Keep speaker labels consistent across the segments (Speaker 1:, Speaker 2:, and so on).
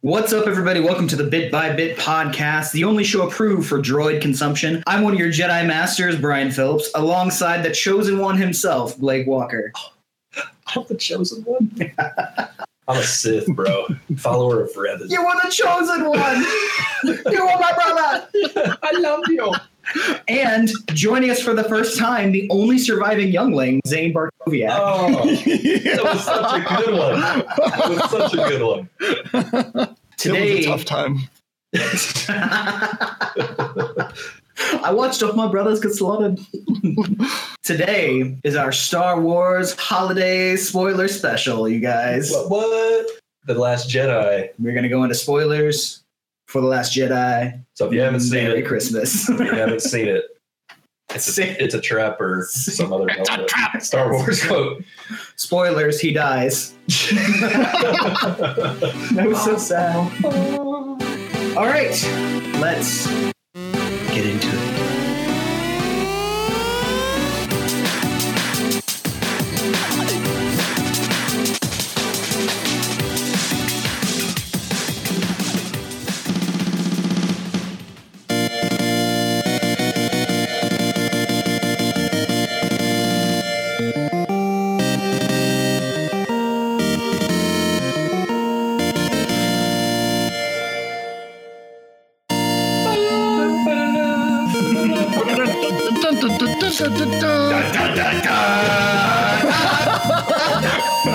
Speaker 1: What's up, everybody? Welcome to the Bit by Bit podcast, the only show approved for droid consumption. I'm one of your Jedi Masters, Brian Phillips, alongside the Chosen One himself, Blake Walker.
Speaker 2: I'm the chosen one. I'm a Sith, bro. Follower of Revan.
Speaker 1: You were the Chosen One! you are my brother!
Speaker 2: I love you.
Speaker 1: And joining us for the first time, the only surviving youngling, Zane Barkoviak.
Speaker 2: Oh, that was such a good one. That was such a good one.
Speaker 3: It was
Speaker 1: Today,
Speaker 3: a tough time.
Speaker 1: I watched all my brothers get slaughtered. Today is our Star Wars holiday spoiler special, you guys.
Speaker 2: What? what? The Last Jedi.
Speaker 1: We're gonna go into spoilers for the Last Jedi.
Speaker 2: So if you haven't seen
Speaker 1: Merry
Speaker 2: it,
Speaker 1: Christmas.
Speaker 2: if you haven't seen it. It's a, it's a trap or some other outfit. Star Wars quote.
Speaker 1: Spoilers, he dies. That was so sad. All right, let's get into it.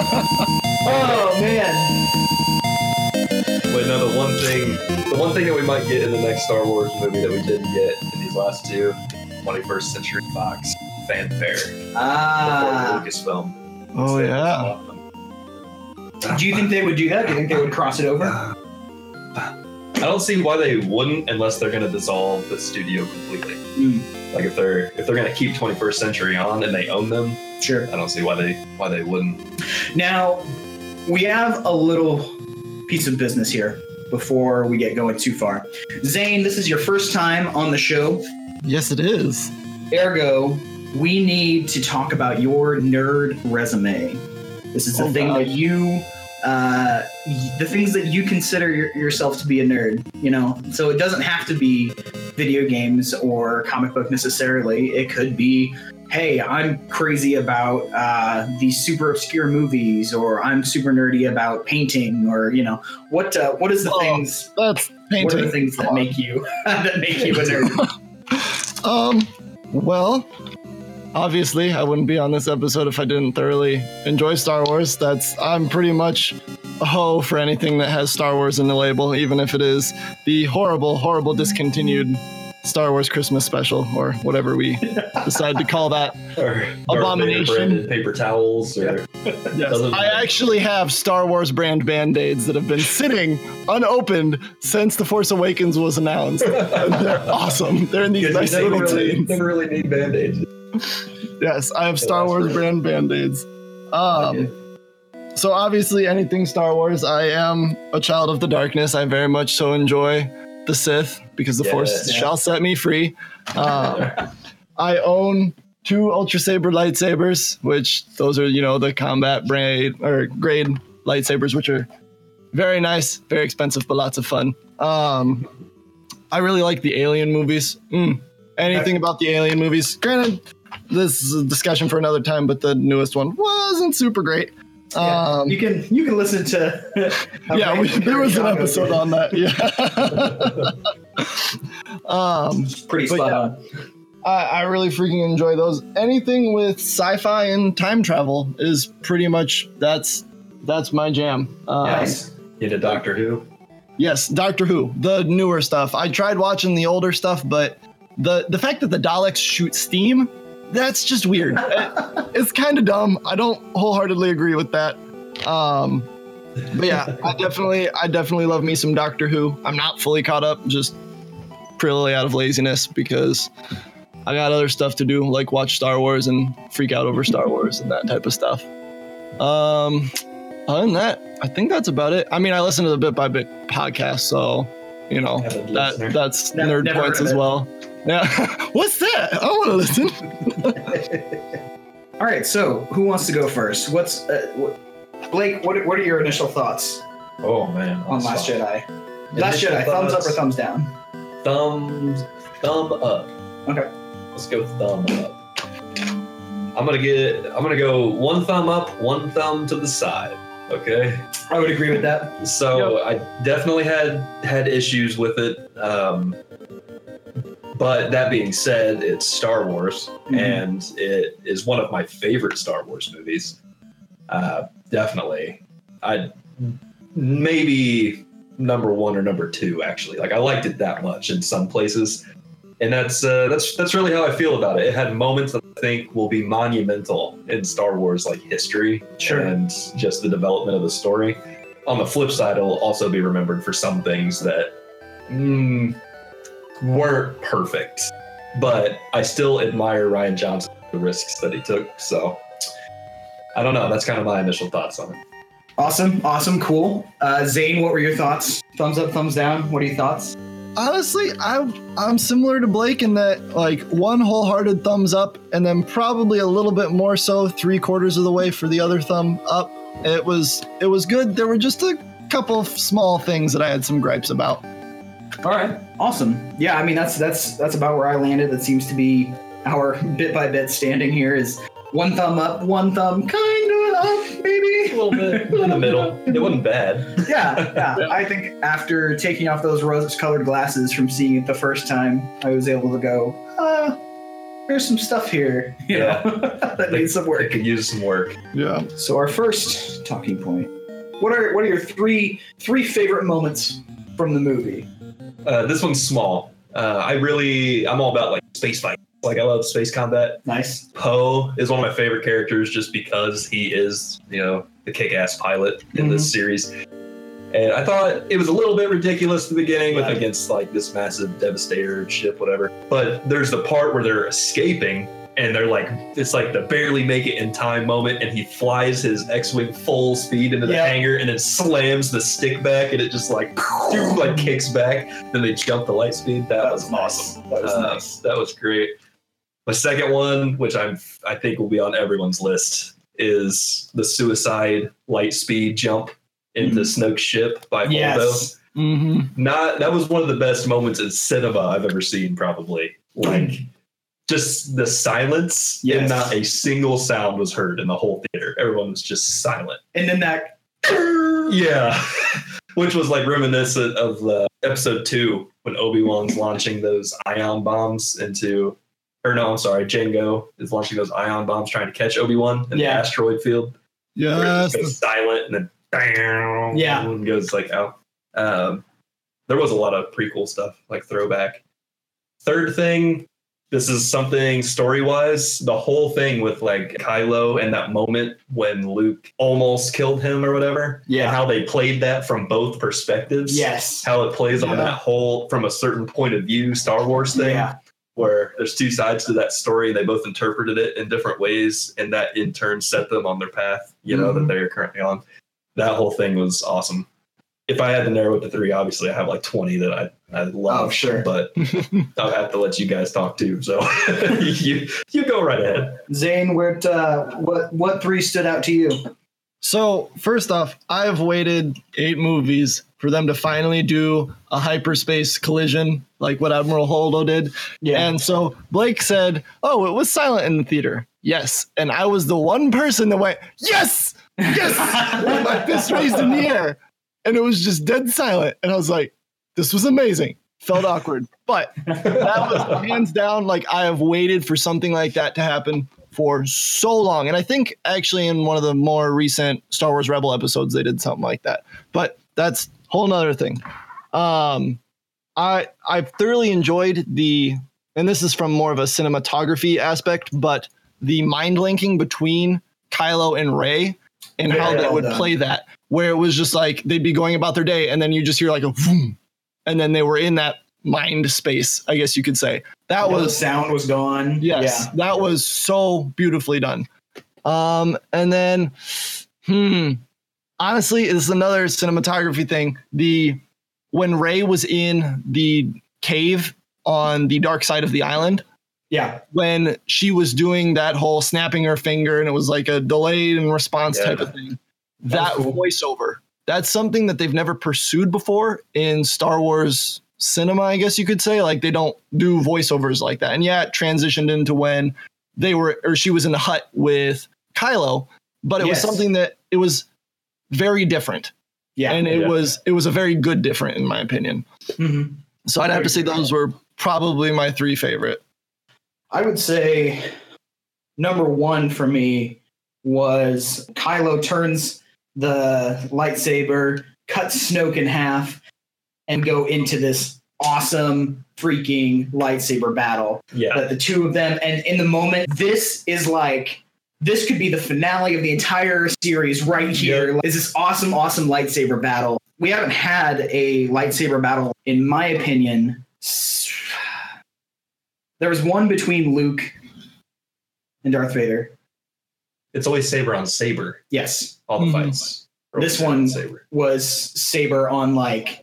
Speaker 1: Oh man.
Speaker 2: But no, the one thing, the one thing that we might get in the next Star Wars movie that we didn't get in these last two, 21st Century Fox fanfare
Speaker 1: Ah.
Speaker 2: before Lucasfilm.
Speaker 3: Oh yeah.
Speaker 1: Do you think they would do that? Do you think they would cross it over?
Speaker 2: I don't see why they wouldn't unless they're going to dissolve the studio completely.
Speaker 1: Hmm.
Speaker 2: Like if they're if they're going to keep 21st Century on and they own them,
Speaker 1: Sure.
Speaker 2: I don't see why they why they wouldn't.
Speaker 1: Now, we have a little piece of business here before we get going too far. Zane, this is your first time on the show.
Speaker 3: Yes, it is.
Speaker 1: Ergo, we need to talk about your nerd resume. This is the
Speaker 3: Oh,
Speaker 1: thing
Speaker 3: God.
Speaker 1: that you, uh, y- the things that you consider your, yourself to be a nerd. You know, so it doesn't have to be video games or comic book necessarily. It could be, hey, I'm crazy about uh, these super obscure movies, or I'm super nerdy about painting, or you know, what uh, what is the
Speaker 3: Oh,
Speaker 1: things?
Speaker 3: That's
Speaker 1: What are
Speaker 3: painting.
Speaker 1: the things that
Speaker 3: Come on.
Speaker 1: make you that make you a nerd?
Speaker 3: Um, well, obviously, I wouldn't be on this episode if I didn't thoroughly enjoy Star Wars. That's I'm pretty much a hoe for anything that has Star Wars in the label, even if it is the horrible, horrible discontinued Star Wars Christmas special or whatever we decide to call that.
Speaker 2: Or
Speaker 3: Abomination.
Speaker 2: branded paper towels or doesn't
Speaker 3: I
Speaker 2: matter.
Speaker 3: actually have Star Wars brand band aids that have been sitting unopened since The Force Awakens was announced. And they're awesome. They're in these
Speaker 2: Because
Speaker 3: nice
Speaker 2: you never
Speaker 3: little
Speaker 2: really,
Speaker 3: tins.
Speaker 2: never really need band-aids.
Speaker 3: Yes, I have Star
Speaker 2: that's
Speaker 3: Wars
Speaker 2: great.
Speaker 3: brand band aids. Um, so obviously anything Star Wars, I am a child of the darkness. I very much so enjoy the Sith because the
Speaker 2: Yeah.
Speaker 3: Force
Speaker 2: Yeah.
Speaker 3: shall set me free. Um, I own two Ultra Saber lightsabers, which those are you know the combat brand or grade lightsabers, which are very nice, very expensive, but lots of fun. Um, I really like the Alien movies. Mm. Anything about the Alien movies? Granted, this is a discussion for another time, but the newest one wasn't super great.
Speaker 1: Yeah,
Speaker 3: Um,
Speaker 1: you can you can listen to how
Speaker 3: yeah, we,
Speaker 1: Brandon
Speaker 3: there was an
Speaker 1: Santiago
Speaker 3: episode
Speaker 1: did.
Speaker 3: on that. Yeah. um,
Speaker 1: pretty
Speaker 3: but
Speaker 1: spot
Speaker 3: yeah.
Speaker 1: on.
Speaker 3: I, I really freaking enjoy those. Anything with sci-fi and time travel is pretty much that's that's my jam. Uh,
Speaker 1: Nice.
Speaker 2: Need a Doctor Who.
Speaker 3: Yes, Doctor Who, the newer stuff. I tried watching the older stuff, but the the fact that the Daleks shoot steam, that's just weird. It- it's kind of dumb. I don't wholeheartedly agree with that. Um, but yeah, I definitely I definitely love me some Doctor Who. I'm not fully caught up, just purely out of laziness because I got other stuff to do, like watch Star Wars and freak out over Star Wars and that type of stuff. Um, other than that, I think that's about it. I mean, I listen to the Bit by Bit podcast, so you
Speaker 1: Oh,
Speaker 3: know
Speaker 2: Avid listener.
Speaker 3: that that's
Speaker 1: Ne-
Speaker 3: nerd
Speaker 1: never
Speaker 3: points
Speaker 1: heard of
Speaker 3: as
Speaker 1: it.
Speaker 3: well. Yeah, what's that? I want to listen.
Speaker 1: All right, so who wants to go first? What's uh, what, Blake? What what are your initial thoughts?
Speaker 2: Oh man.
Speaker 1: on Last Jedi. Last
Speaker 2: Initial
Speaker 1: Jedi, thumbs up or
Speaker 2: thoughts.
Speaker 1: thumbs down?
Speaker 2: Thumbs, thumb up.
Speaker 1: Okay.
Speaker 2: Let's go thumb up. I'm gonna get. I'm gonna go one thumb up, one thumb to the side. Okay.
Speaker 1: I would agree with that.
Speaker 2: So I definitely had had issues with it. Um, but that being said, it's Star Wars,
Speaker 1: Mhm.
Speaker 2: and it is one of my favorite Star Wars movies. Uh, definitely, I maybe number one or number two actually. Like I liked it that much in some places, and that's uh, that's that's really how I feel about it. It had moments that I think will be monumental in Star Wars like history
Speaker 1: Sure.
Speaker 2: and just the development of the story. On the flip side, it'll also be remembered for some things that mm, weren't perfect, but I still admire Ryan Johnson for the risks that he took. So I don't know. That's kind of my initial thoughts on it.
Speaker 1: Awesome, awesome, cool. Uh, Zane, what were your thoughts? Thumbs up, thumbs down. What are your thoughts?
Speaker 3: Honestly, I I'm similar to Blake in that like one wholehearted thumbs up, and then probably a little bit more so three quarters of the way for the other thumb up. It was it was good. There were just a couple of small things that I had some gripes about.
Speaker 1: All right, awesome. Yeah, I mean that's that's that's about where I landed. That seems to be our bit by bit standing here is one thumb up, one thumb kind of up, maybe.
Speaker 2: A little bit in the middle. It wasn't bad.
Speaker 1: yeah, yeah. I think after taking off those rose-colored glasses from seeing it the first time, I was able to go, uh, there's some stuff here, you
Speaker 2: Yeah.
Speaker 1: know, that needs some
Speaker 2: It
Speaker 1: work.
Speaker 2: could use some work.
Speaker 3: Yeah.
Speaker 1: So our first talking point. What are what are your three three favorite moments from the movie?
Speaker 2: Uh, this one's small. Uh, I really, I'm all about like space fights. Like I love space combat.
Speaker 1: Nice.
Speaker 2: Poe is one of my favorite characters just because he is, you know, the kick ass pilot in
Speaker 1: Mm-hmm.
Speaker 2: this series. And I thought it was a little bit ridiculous at the beginning with
Speaker 1: Yeah.
Speaker 2: against like this massive devastator ship, whatever. But there's the part where they're escaping and they're like it's like the barely make it in time moment and he flies his X-Wing full speed into the
Speaker 1: Yeah.
Speaker 2: hangar and then slams the stick back and it just like like kicks back. Then they jump the light speed. That, was awesome.
Speaker 1: That was
Speaker 2: Uh,
Speaker 1: nice.
Speaker 2: That was great. My second one, which I'm I think will be on everyone's list, is the suicide light speed jump into Snoke's ship by Holdo.
Speaker 1: Yes.
Speaker 3: Mm-hmm.
Speaker 2: Not that was one of the best moments in cinema I've ever seen, probably. Like just the silence
Speaker 1: Yes.
Speaker 2: and not a single sound was heard in the whole theater. Everyone was just silent.
Speaker 1: And then that
Speaker 2: Yeah. Which was like reminiscent of the episode two when Obi Wan's launching those ion bombs into, or no, I'm sorry, Django is launching those ion bombs trying to catch Obi Wan in
Speaker 1: Yeah.
Speaker 2: the asteroid field. where it
Speaker 3: Yes.
Speaker 2: just goes silent and then bam,
Speaker 1: Yeah.
Speaker 2: and goes like out. Um, there was a lot of prequel stuff, like throwback. Third thing, this is something story wise. The whole thing with like Kylo and that moment when Luke almost killed him or whatever.
Speaker 1: Yeah.
Speaker 2: And how they played that from both perspectives.
Speaker 1: yes.
Speaker 2: How it plays
Speaker 3: Yeah.
Speaker 2: on that whole from a certain point of view Star Wars thing
Speaker 1: Yeah.
Speaker 2: where there's two sides to that story and they both interpreted it in different ways and that in turn set them on their path you know
Speaker 1: Mhm.
Speaker 2: that they're currently on that whole thing was awesome if i had to narrow it to three obviously i have like 20 that i i love
Speaker 1: Oh, sure.
Speaker 2: but i'll have to let you guys talk too so you you go right ahead
Speaker 1: Zane, what uh, what what three stood out to you?
Speaker 3: So, first off, I've waited eight movies for them to finally do a hyperspace collision like what Admiral Holdo did. And so Blake said, Oh, it was silent in the theater. Yes. And I was the one person that went, Yes, yes, with my fist raised in the air. And it was just dead silent. And I was like, This was amazing. Felt awkward. But that was hands down like I have waited for something like that to happen for so long. And I think actually in one of the more recent Star Wars Rebel episodes they did something like that. But that's whole nother thing. Um I I've thoroughly enjoyed the and this is from more of a cinematography aspect, but the mind linking between Kylo and Ray and how
Speaker 1: Very
Speaker 3: they
Speaker 1: well
Speaker 3: would
Speaker 1: done.
Speaker 3: play that, where it was just like they'd be going about their day and then you just hear like a vroom, and then they were in that mind space, I guess you could say. That
Speaker 1: No, the
Speaker 3: was
Speaker 1: sound was gone.
Speaker 3: yes, that was so beautifully done. Um, and then, hmm, honestly, this is another cinematography thing. The when Ray was in the cave on the dark side of the island,
Speaker 1: Yeah.
Speaker 3: when she was doing that whole snapping her finger and it was like a delayed and response
Speaker 2: Yeah.
Speaker 3: type of thing. That
Speaker 1: was cool.
Speaker 3: voiceover that's something that they've never pursued before in Star Wars cinema, I guess you could say. Like they don't do voiceovers like that. And yeah, it transitioned into when they were or she was in the hut with Kylo, but it
Speaker 1: Yes.
Speaker 3: was something that it was very different.
Speaker 1: Yeah.
Speaker 3: and it
Speaker 2: yeah.
Speaker 3: was it was a very good different in my opinion.
Speaker 1: Mhm.
Speaker 3: So I'd have to say those were probably my three favorite.
Speaker 1: I would say number one for me was Kylo turns the lightsaber, cuts Snoke in half, and go into this awesome freaking lightsaber battle.
Speaker 2: Yeah.
Speaker 1: That uh, the two of them, and in the moment, this is like this could be the finale of the entire series right here. Like, Is this awesome, awesome lightsaber battle? We haven't had a lightsaber battle, in my opinion. s- There was one between Luke and Darth Vader.
Speaker 2: It's always saber on saber,
Speaker 1: Yes,
Speaker 2: all the
Speaker 3: Mhm.
Speaker 2: fights. are
Speaker 1: Mm-hmm. This
Speaker 2: always saber on
Speaker 1: one-
Speaker 2: saber.
Speaker 1: was saber on like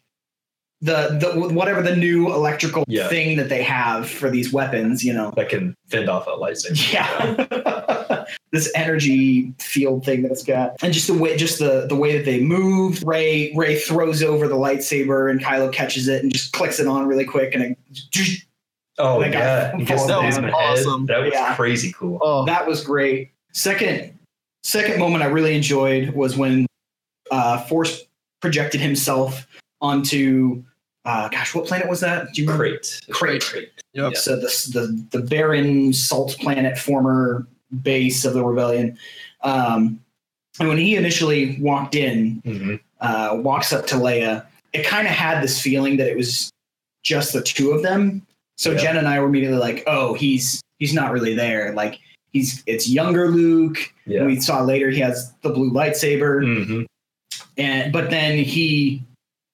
Speaker 1: the the whatever the new electrical
Speaker 2: Yeah.
Speaker 1: thing that they have for these weapons. You know,
Speaker 2: that can fend off a lightsaber.
Speaker 1: Yeah. this energy field thing that it's got. And just the way just the the way that they move. Ray Ray throws over the lightsaber and Kylo catches it and just clicks it on really quick and it
Speaker 2: Oh
Speaker 1: That guy
Speaker 2: yeah, he gets
Speaker 1: falls
Speaker 2: the
Speaker 3: down.
Speaker 2: nails in the head.
Speaker 3: Awesome.
Speaker 2: That was
Speaker 1: Yeah.
Speaker 2: crazy cool.
Speaker 3: Oh,
Speaker 1: that was great. Second second moment I really enjoyed was when uh Force projected himself onto uh gosh, what planet was that? Do you remember?
Speaker 2: Crate.
Speaker 1: Crate.
Speaker 2: Yeah.
Speaker 3: Yep.
Speaker 1: So the, the the barren salt planet, former base of the rebellion, um, and when he initially walked in,
Speaker 2: Mhm.
Speaker 1: uh, walks up to Leia, it kind of had this feeling that it was just the two of them. So
Speaker 2: Yeah.
Speaker 1: Jen and I were immediately like, "Oh, he's he's not really there. Like he's it's younger Luke.
Speaker 2: Yeah.
Speaker 1: We saw later he has the blue lightsaber."
Speaker 2: Mhm.
Speaker 1: and but then he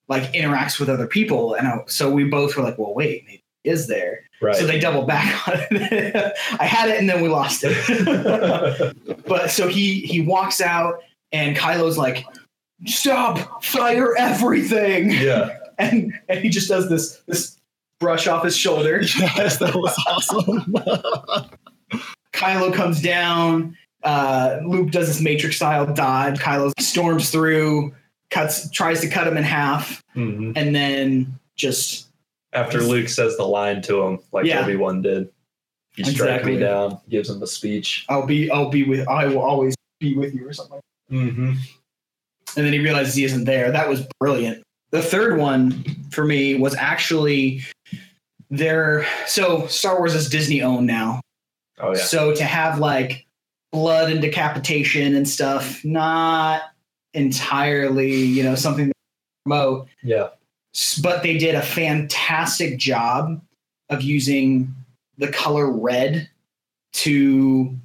Speaker 1: like interacts with other people and I, so we both were like well wait maybe he is there
Speaker 2: Right.
Speaker 1: so they double back on it i had it and then we lost it but so he he walks out and kylo's like stop fire everything
Speaker 2: yeah.
Speaker 1: and and he just does this this brush off his shoulder
Speaker 3: yes, that was awesome.
Speaker 1: Kylo comes down. Uh, Luke does this Matrix style dodge. Kylo storms through, cuts, tries to cut him in half,
Speaker 2: Mhm.
Speaker 1: and then just
Speaker 2: After Luke says the line to him, like
Speaker 1: Yeah.
Speaker 2: Obi Wan did, you strike
Speaker 1: Exactly.
Speaker 2: me down. Gives him the speech.
Speaker 1: I'll be, I'll be with, I will always be with you, or something. like
Speaker 2: Mm-hmm.
Speaker 1: that. And then he realizes he isn't there. That was brilliant. The third one for me was actually there. So Star Wars is Disney owned now.
Speaker 2: Oh yeah.
Speaker 1: So to have like blood and decapitation and stuff, not entirely, you know, something to promote,
Speaker 2: Yeah.
Speaker 1: S- but they did a fantastic job of using the color red to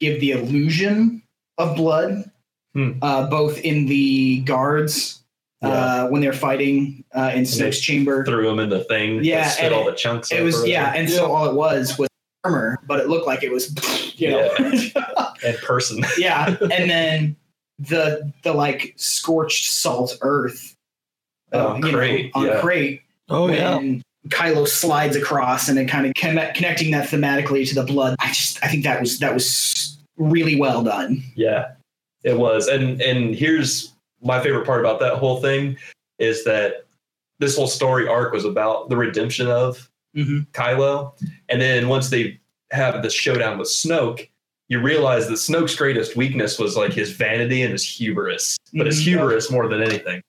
Speaker 1: give the illusion of blood,
Speaker 2: Hmm.
Speaker 1: uh, both in the guards uh, when they're fighting uh, in
Speaker 2: they
Speaker 1: Snoke's chamber.
Speaker 2: Threw him in the thing. that
Speaker 1: Yeah,
Speaker 2: Spit
Speaker 1: and
Speaker 2: all the chunks.
Speaker 1: It
Speaker 2: up
Speaker 1: was
Speaker 2: or
Speaker 1: yeah,
Speaker 2: whatever.
Speaker 1: and so all it was was armor, but it looked like it was you know.
Speaker 2: and person.
Speaker 1: yeah and then the the like scorched salt earth uh,
Speaker 2: on
Speaker 1: you know,
Speaker 2: crate.
Speaker 1: on
Speaker 2: yeah.
Speaker 1: crate
Speaker 3: Oh yeah.
Speaker 1: when Kylo slides across and it kind of connect, connecting that thematically to the blood I just I think that was that was really well done
Speaker 2: Yeah, it was. And and here's my favorite part about that whole thing is that this whole story arc was about the redemption of
Speaker 1: Mhm.
Speaker 2: Kylo, and then once they have the showdown with Snoke. You realize that Snoke's greatest weakness was like his vanity and his hubris, but his
Speaker 1: Mhm.
Speaker 2: hubris more than anything.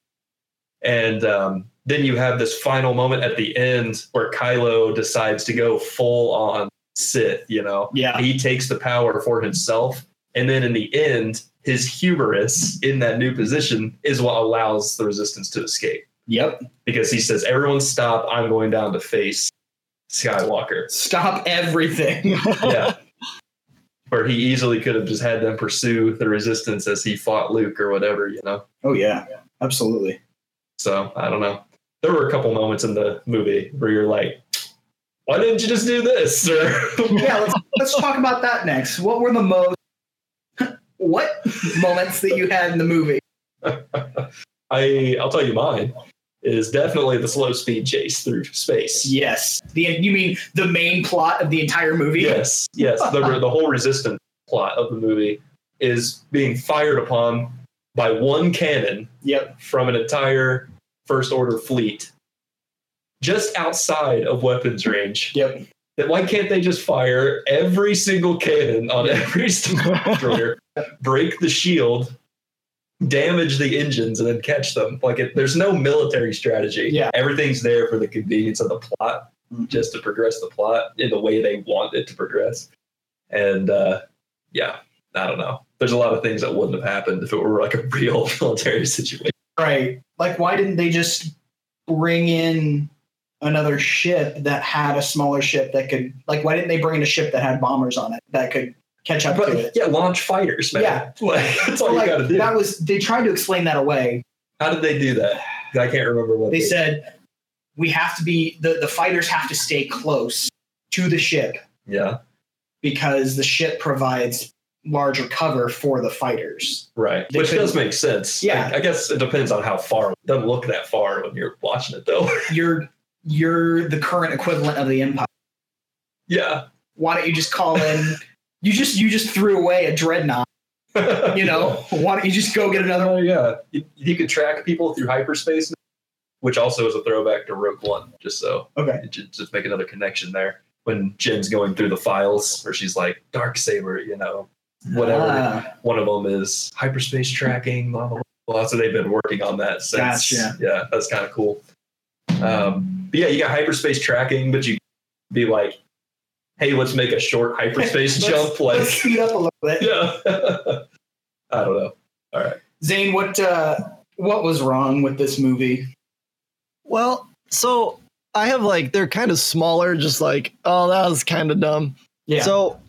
Speaker 2: And um, then you have this final moment at the end where Kylo decides to go full on Sith, you know,
Speaker 1: yeah
Speaker 2: he takes the power for himself and then in the end his hubris in that new position is what allows the resistance to escape
Speaker 1: yep
Speaker 2: because he says everyone stop i'm going down to face skywalker
Speaker 1: stop everything
Speaker 2: yeah where he easily could have just had them pursue the resistance as he fought luke or whatever you know
Speaker 1: oh yeah absolutely
Speaker 2: so i don't know there were a couple moments in the movie where you're like why didn't you just do this sir
Speaker 1: yeah let's let's talk about that next what were the most what moments that you had in the movie
Speaker 2: I I'll tell you mine is definitely the slow speed chase through space.
Speaker 1: yes the you mean the main plot of the entire movie
Speaker 2: Yes, yes. The the whole resistance plot of the movie is being fired upon by one cannon
Speaker 1: Yep.
Speaker 2: from an entire First Order fleet just outside of weapons range.
Speaker 1: Yep.
Speaker 2: Then why can't they just fire every single cannon on every Star Destroyer, break the shield, damage the engines, and then catch them? Like, it, there's no military strategy.
Speaker 1: Yeah.
Speaker 2: Everything's there for the convenience of the plot, just to progress the plot in the way they want it to progress. And uh, yeah, I don't know. There's a lot of things that wouldn't have happened if it were like a real military situation.
Speaker 1: Right. Like, why didn't they just bring in another ship that had a smaller ship that could, like, why didn't they bring in a ship that had bombers on it that could catch up to
Speaker 2: But
Speaker 1: it?
Speaker 2: yeah, launch fighters, man.
Speaker 1: Yeah.
Speaker 2: Like, that's all
Speaker 1: Like,
Speaker 2: you gotta do.
Speaker 1: That was, they tried to explain that away.
Speaker 2: How did they do that? 'Cause I can't remember what
Speaker 1: They
Speaker 2: they
Speaker 1: said, we have to be, the, the fighters have to stay close to the ship
Speaker 2: Yeah,
Speaker 1: because the ship provides larger cover for the fighters.
Speaker 2: right.
Speaker 1: They
Speaker 2: Which
Speaker 1: couldn't-
Speaker 2: does make sense.
Speaker 1: Yeah.
Speaker 2: I, I guess it depends on how far. It doesn't look that far when you're watching it, though.
Speaker 1: You're, you're the current equivalent of the Empire.
Speaker 2: yeah.
Speaker 1: Why don't you just call in? You just you just threw away a dreadnought, you know. Why don't you just go get another
Speaker 2: Oh, yeah. You, you could track people through hyperspace, which also is a throwback to Rogue One, just so.
Speaker 1: Okay.
Speaker 2: Just, just make another connection there. When Jen's going through the files, where she's like, Dark Saber, you know, whatever.
Speaker 1: Ah,
Speaker 2: one of them is hyperspace tracking, blah blah blah. So they've been working on that since.
Speaker 1: Gotcha.
Speaker 2: Yeah, that's kind of cool. Um, but yeah, you got hyperspace tracking, but you be like, hey, let's make a short hyperspace
Speaker 1: Let's- let's
Speaker 2: jump. Like,
Speaker 1: speed up a little bit.
Speaker 2: yeah. I don't know. All right.
Speaker 1: Zane, what uh, what was wrong with this movie?
Speaker 3: Well, so I have like they're kind of smaller, just like oh that was kind of dumb.
Speaker 1: Yeah.
Speaker 3: So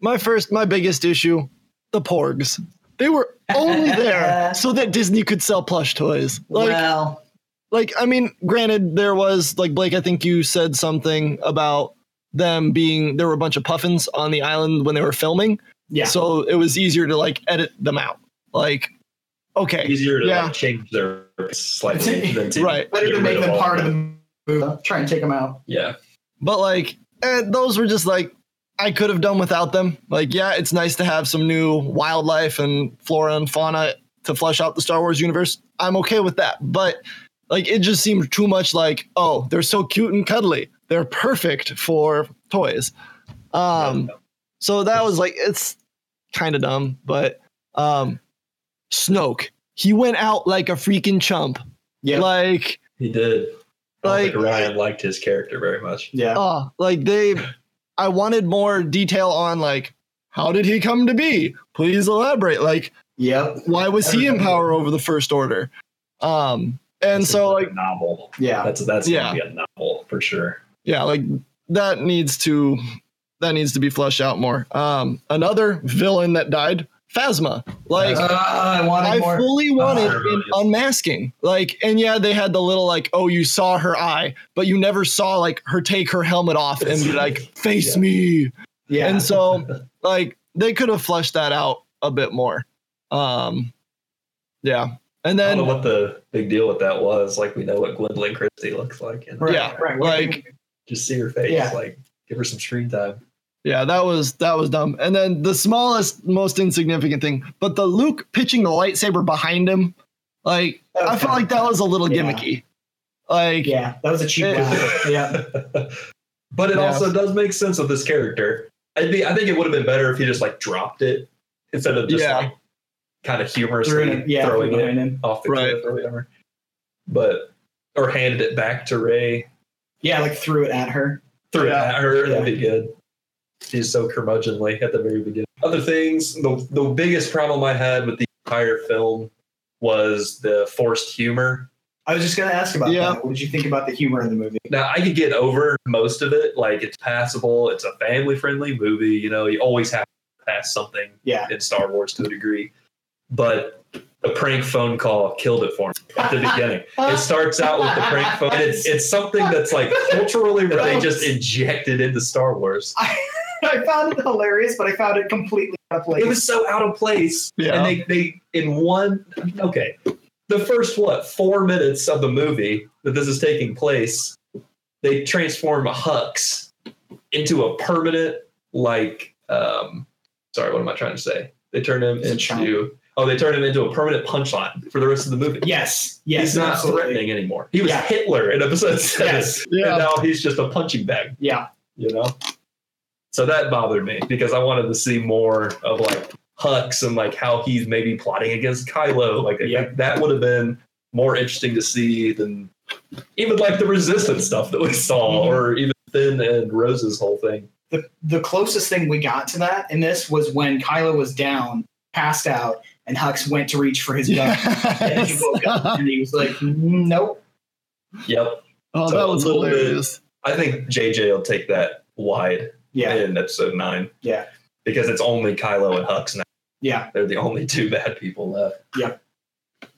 Speaker 3: my first, my biggest issue, the Porgs. They were only there so that Disney could sell plush toys. Like,
Speaker 1: well,
Speaker 3: like I mean, granted, there was like Blake. I think you said something about them being there were a bunch of puffins on the island when they were filming,
Speaker 1: yeah.
Speaker 3: so it was easier to like edit them out. Like, okay,
Speaker 2: Easier to
Speaker 3: Yeah.
Speaker 2: like, change their slightly than to
Speaker 3: Right.
Speaker 1: Better
Speaker 2: get
Speaker 1: to
Speaker 2: rid
Speaker 1: make them
Speaker 2: all
Speaker 1: part of
Speaker 2: of it.
Speaker 1: the movie. Try and take them out.
Speaker 2: Yeah.
Speaker 3: but like eh, those were just like I could have done without them. Like, yeah, it's nice to have some new wildlife and flora and fauna to flesh out the Star Wars universe. I'm okay with that, but like it just seemed too much like oh they're so cute and cuddly they're perfect for toys um So that was like it's kind of dumb, but um Snoke, he went out like a freaking chump.
Speaker 1: Yeah.
Speaker 3: Like
Speaker 2: he did. I don't think
Speaker 3: Like-
Speaker 2: Ryan liked his character very much.
Speaker 1: Yeah.
Speaker 3: oh, like they I wanted more detail on like how did he come to be? Please elaborate. Like
Speaker 1: Yep.
Speaker 3: why was he in
Speaker 1: Everybody-
Speaker 3: power over the first order? Um and
Speaker 2: This is
Speaker 3: so like
Speaker 2: a novel.
Speaker 1: Yeah.
Speaker 2: That's that's
Speaker 3: Yeah.
Speaker 2: gonna be a novel for sure.
Speaker 3: yeah, like that needs to that needs to be fleshed out more. Um another villain that died, Phasma. Like
Speaker 1: Ah, I wanted
Speaker 3: I
Speaker 1: more.
Speaker 3: fully wanted
Speaker 2: Uh,
Speaker 3: an unmasking. Like, and yeah, they had the little like, oh, you saw her eye, but you never saw like her take her helmet off and be like, face
Speaker 2: Yeah.
Speaker 3: me.
Speaker 1: yeah.
Speaker 3: And so, like, they could have fleshed that out a bit more. Um, yeah. And
Speaker 2: I don't know
Speaker 3: then
Speaker 2: what the big deal with that was. Like we know what Gwendolyn Christie looks like, and
Speaker 1: right,
Speaker 3: yeah,
Speaker 1: Right.
Speaker 3: like-
Speaker 2: just see her face.
Speaker 1: Yeah.
Speaker 2: Like give her some screen time.
Speaker 3: yeah, that was that was dumb. And then the smallest, most insignificant thing, but the Luke pitching the lightsaber behind him, like
Speaker 1: That was
Speaker 3: I felt
Speaker 1: kinda-
Speaker 3: like that was a little
Speaker 1: Yeah.
Speaker 3: gimmicky. Like
Speaker 1: Yeah, that was a cheap
Speaker 3: It-
Speaker 1: laugh. Yeah.
Speaker 2: but it
Speaker 3: Yeah.
Speaker 2: also does make sense of this character. I think I think it would have been better if he just like dropped it instead of just
Speaker 3: Yeah.
Speaker 2: like kind of
Speaker 1: Threw
Speaker 2: humorously
Speaker 1: it in- yeah,
Speaker 2: throwing it
Speaker 1: behind him.
Speaker 2: off the
Speaker 3: Right.
Speaker 2: cliff or whatever. But or handed it back to Ray.
Speaker 1: Yeah, like threw it at her.
Speaker 2: threw
Speaker 1: Yeah.
Speaker 2: it at her. That'd be good. She's so curmudgeonly at the very beginning. Other things, the the biggest problem I had with the entire film was the forced humor.
Speaker 1: I was just gonna ask about
Speaker 3: Yeah.
Speaker 1: that. What did you think about the humor in the movie?
Speaker 2: Now I could get over most of it. Like it's passable. It's a family friendly movie. You know, you always have to pass something
Speaker 1: Yeah.
Speaker 2: in Star Wars to a degree. But the prank phone call killed it for me at the beginning. it starts out with the prank phone. And it's it's something that's like culturally that they just injected into Star Wars.
Speaker 1: I found it hilarious, but I found it completely out of
Speaker 2: It
Speaker 1: place.
Speaker 2: was so out of place.
Speaker 3: Yeah.
Speaker 2: And they, they in one okay. The first what, four minutes of the movie that this is taking place, they transform Hux into a permanent like um sorry, what am I trying to say? They turn him
Speaker 1: He's a
Speaker 2: into
Speaker 1: child.
Speaker 2: Oh, they turned him into a permanent punchline for the rest of the movie.
Speaker 1: Yes, yes,
Speaker 2: he's not
Speaker 1: absolutely.
Speaker 2: threatening anymore. He was
Speaker 1: Yeah.
Speaker 2: Hitler in episode seven,
Speaker 1: Yes,
Speaker 3: Yeah.
Speaker 2: and now he's just a punching bag.
Speaker 1: yeah,
Speaker 2: You know, so that bothered me because I wanted to see more of like Hux and like how he's maybe plotting against Kylo. Like I
Speaker 1: Yeah.
Speaker 2: think that would have been more interesting to see than even like the Resistance stuff that we saw,
Speaker 1: Mhm.
Speaker 2: or even Finn and Rose's whole thing.
Speaker 1: the the closest thing we got to that in this was when Kylo was down, passed out, and Hux went to reach for his gun. And he
Speaker 3: Yes.
Speaker 1: woke up and he was like, "Nope."
Speaker 2: Yep.
Speaker 3: oh,
Speaker 2: So
Speaker 3: that
Speaker 2: a
Speaker 3: was
Speaker 2: little bit-
Speaker 3: hilarious.
Speaker 2: I think JJ will take that wide
Speaker 1: Yeah,
Speaker 2: in episode nine.
Speaker 1: Yeah.
Speaker 2: Because it's only Kylo and Hux now.
Speaker 1: yeah,
Speaker 2: They're the only two bad people left.
Speaker 1: Yep.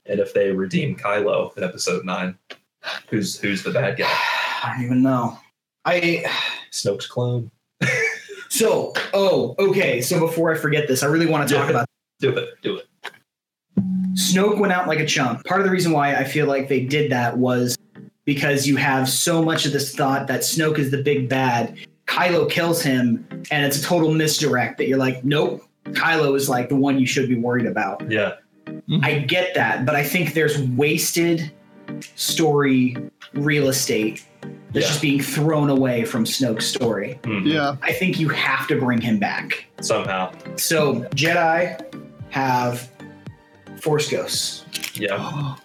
Speaker 2: And if they redeem Kylo in episode nine, who's who's the bad guy?
Speaker 1: I don't even know. I
Speaker 2: Snoke's clone.
Speaker 1: so oh okay. So before I forget this, I really want to talk
Speaker 2: Yeah.
Speaker 1: about.
Speaker 2: Do it. Do it.
Speaker 1: Snoke went out like a chump. Part of the reason why I feel like they did that was because you have so much of this thought that Snoke is the big bad. Kylo kills him, and it's a total misdirect that you're like, nope, Kylo is like the one you should be worried about.
Speaker 2: Yeah.
Speaker 1: I get that, but I think there's wasted story real estate that's
Speaker 2: Yeah.
Speaker 1: just being thrown away from Snoke's story.
Speaker 2: Mhm.
Speaker 3: Yeah.
Speaker 1: I think you have to bring him back.
Speaker 2: Somehow.
Speaker 1: So, Jedi have Force Ghosts.
Speaker 2: Yeah.
Speaker 3: A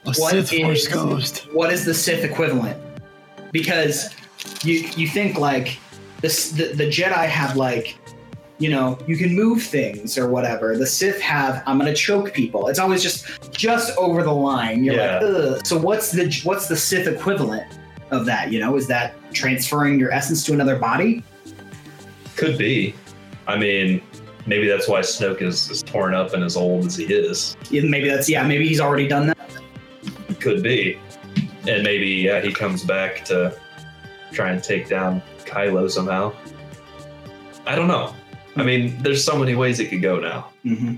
Speaker 1: What
Speaker 3: Sith Force
Speaker 1: is-
Speaker 3: ghost.
Speaker 1: what is the Sith equivalent? Because you you think like the S- the, the Jedi have like you know you can move things or whatever. The Sith have I'm gonna choke people. It's always just just over the line. You're like Ugh. so what's the what's the Sith equivalent of that? You know is that transferring your essence to another body?
Speaker 2: Could be. I mean, maybe that's why Snoke is as torn up and as old as he is.
Speaker 1: Yeah, Maybe that's yeah. Maybe he's already done that.
Speaker 2: Could be. And maybe yeah, he comes back to try and take down Kylo somehow. I don't know. I mean, there's so many ways it could go now.
Speaker 1: Mm-hmm.